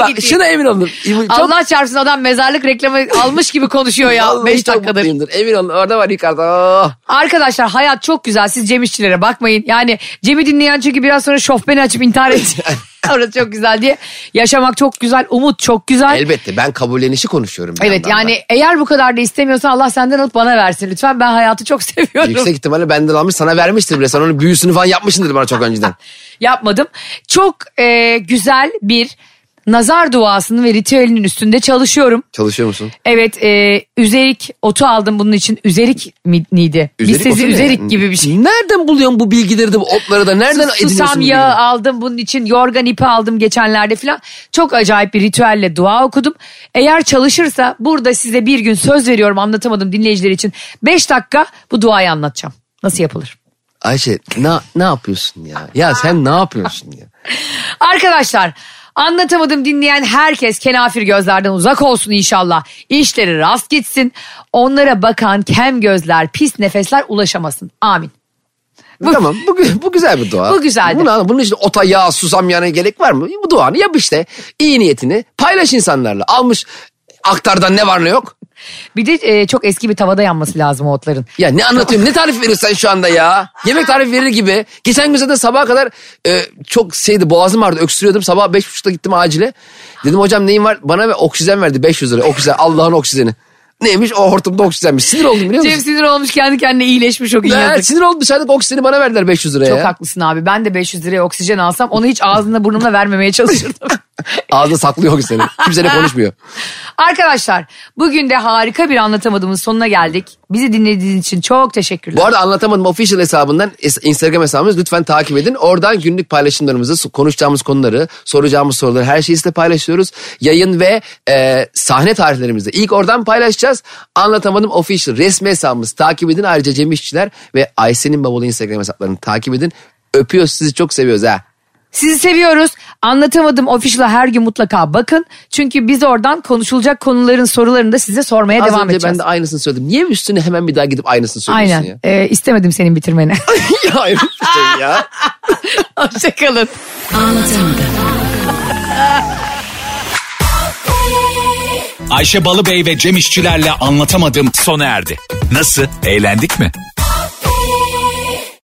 [SPEAKER 4] Bak,
[SPEAKER 3] gittiğin-
[SPEAKER 4] şuna emin olun. Çok,
[SPEAKER 3] Allah çarpsın adam mezarlık reklamı almış gibi konuşuyor ya
[SPEAKER 4] vallahi
[SPEAKER 3] 5
[SPEAKER 4] çok
[SPEAKER 3] dakikadır.
[SPEAKER 4] mutluyumdur. Emin olun orada var yukarıda. Oh.
[SPEAKER 3] Arkadaşlar hayat çok güzel siz Cem İşçilere bakmayın. Yani Cem'i dinleyen çünkü biraz sonra şofbeni açıp intihar edecek. Orası çok güzel diye. Yaşamak çok güzel, umut çok güzel.
[SPEAKER 4] Elbette ben kabullenişi konuşuyorum. bir
[SPEAKER 3] Evet
[SPEAKER 4] yandan da.
[SPEAKER 3] yani eğer bu kadar da istemiyorsan Allah senden alıp bana versin lütfen. Ben hayatı çok seviyorum.
[SPEAKER 4] Yüksek ihtimalle benden almış sana vermiştir bile. Sen onun büyüsünü falan yapmışsındır bana çok önceden.
[SPEAKER 3] yapmadım. Çok e, güzel bir nazar duasının ve ritüelinin üstünde çalışıyorum.
[SPEAKER 4] Çalışıyor musun?
[SPEAKER 3] Evet e, üzerik otu aldım bunun için. Üzerik miydi?
[SPEAKER 4] Üzerik
[SPEAKER 3] Listesi
[SPEAKER 4] otu ne?
[SPEAKER 3] üzerik gibi bir şey.
[SPEAKER 4] Nereden buluyorsun bu bilgileri de bu otları da? Nereden
[SPEAKER 3] Sus-
[SPEAKER 4] ediniyorsun? bu
[SPEAKER 3] Susam
[SPEAKER 4] bilgileri?
[SPEAKER 3] yağı aldım bunun için yorgan ipi aldım geçenlerde filan. Çok acayip bir ritüelle dua okudum. Eğer çalışırsa burada size bir gün söz veriyorum anlatamadım dinleyiciler için. 5 dakika bu duayı anlatacağım. Nasıl yapılır?
[SPEAKER 4] Ayşe ne, ne yapıyorsun ya? Ya sen ne yapıyorsun ya?
[SPEAKER 3] Arkadaşlar anlatamadım dinleyen herkes kenafir gözlerden uzak olsun inşallah. İşleri rast gitsin. Onlara bakan kem gözler, pis nefesler ulaşamasın. Amin. Bu-
[SPEAKER 4] tamam bu, gü- bu güzel bir dua.
[SPEAKER 3] Bu güzeldi.
[SPEAKER 4] Buna, bunun için ota yağ susam yağına gerek var mı? Bu duanı yap işte. İyi niyetini paylaş insanlarla. Almış aktardan ne var ne yok.
[SPEAKER 3] Bir de e, çok eski bir tavada yanması lazım o otların.
[SPEAKER 4] Ya ne anlatıyorum ne tarif verirsen şu anda ya. Yemek tarifi verir gibi. Geçen gün zaten sabaha kadar e, çok şeydi boğazım vardı öksürüyordum. Sabah beş buçukta gittim acile. Dedim hocam neyin var? Bana ve oksijen verdi 500 lira. Oksijen Allah'ın oksijeni. Neymiş o hortumda oksijenmiş. Sinir oldum biliyor
[SPEAKER 3] Cem
[SPEAKER 4] musun?
[SPEAKER 3] sinir olmuş kendi kendine iyileşmiş o gün
[SPEAKER 4] Ya,
[SPEAKER 3] yazık.
[SPEAKER 4] sinir oldum dışarıdaki oksijeni bana verdiler 500 liraya.
[SPEAKER 3] Çok
[SPEAKER 4] ya.
[SPEAKER 3] haklısın abi. Ben de 500 liraya oksijen alsam onu hiç ağzımda burnumla vermemeye çalışırdım.
[SPEAKER 4] Ağzında saklıyor oksijeni. Kimseyle konuşmuyor.
[SPEAKER 3] Arkadaşlar bugün de harika bir anlatamadığımız sonuna geldik. Bizi dinlediğiniz için çok teşekkürler.
[SPEAKER 4] Bu arada anlatamadım official hesabından es- Instagram hesabımız lütfen takip edin. Oradan günlük paylaşımlarımızı, su- konuşacağımız konuları, soracağımız soruları her şeyi size paylaşıyoruz. Yayın ve e, sahne tarihlerimizi ilk oradan paylaşacağız. Anlatamadım official resmi hesabımız takip edin. Ayrıca Cem İşçiler ve Ayşe'nin babalı Instagram hesaplarını takip edin. Öpüyoruz sizi çok seviyoruz ha.
[SPEAKER 3] Sizi seviyoruz. Anlatamadım official'a her gün mutlaka bakın. Çünkü biz oradan konuşulacak konuların sorularını da size sormaya
[SPEAKER 4] Az
[SPEAKER 3] devam
[SPEAKER 4] önce
[SPEAKER 3] edeceğiz.
[SPEAKER 4] ben de aynısını söyledim. Niye üstüne hemen bir daha gidip aynısını söylüyorsun
[SPEAKER 3] Aynen.
[SPEAKER 4] ya?
[SPEAKER 3] Ee, istemedim senin bitirmeni.
[SPEAKER 4] ya hayır, bir şey ya.
[SPEAKER 3] Hoşçakalın.
[SPEAKER 1] Ayşe Balıbey ve Cem İşçilerle anlatamadım sona erdi. Nasıl? Eğlendik mi?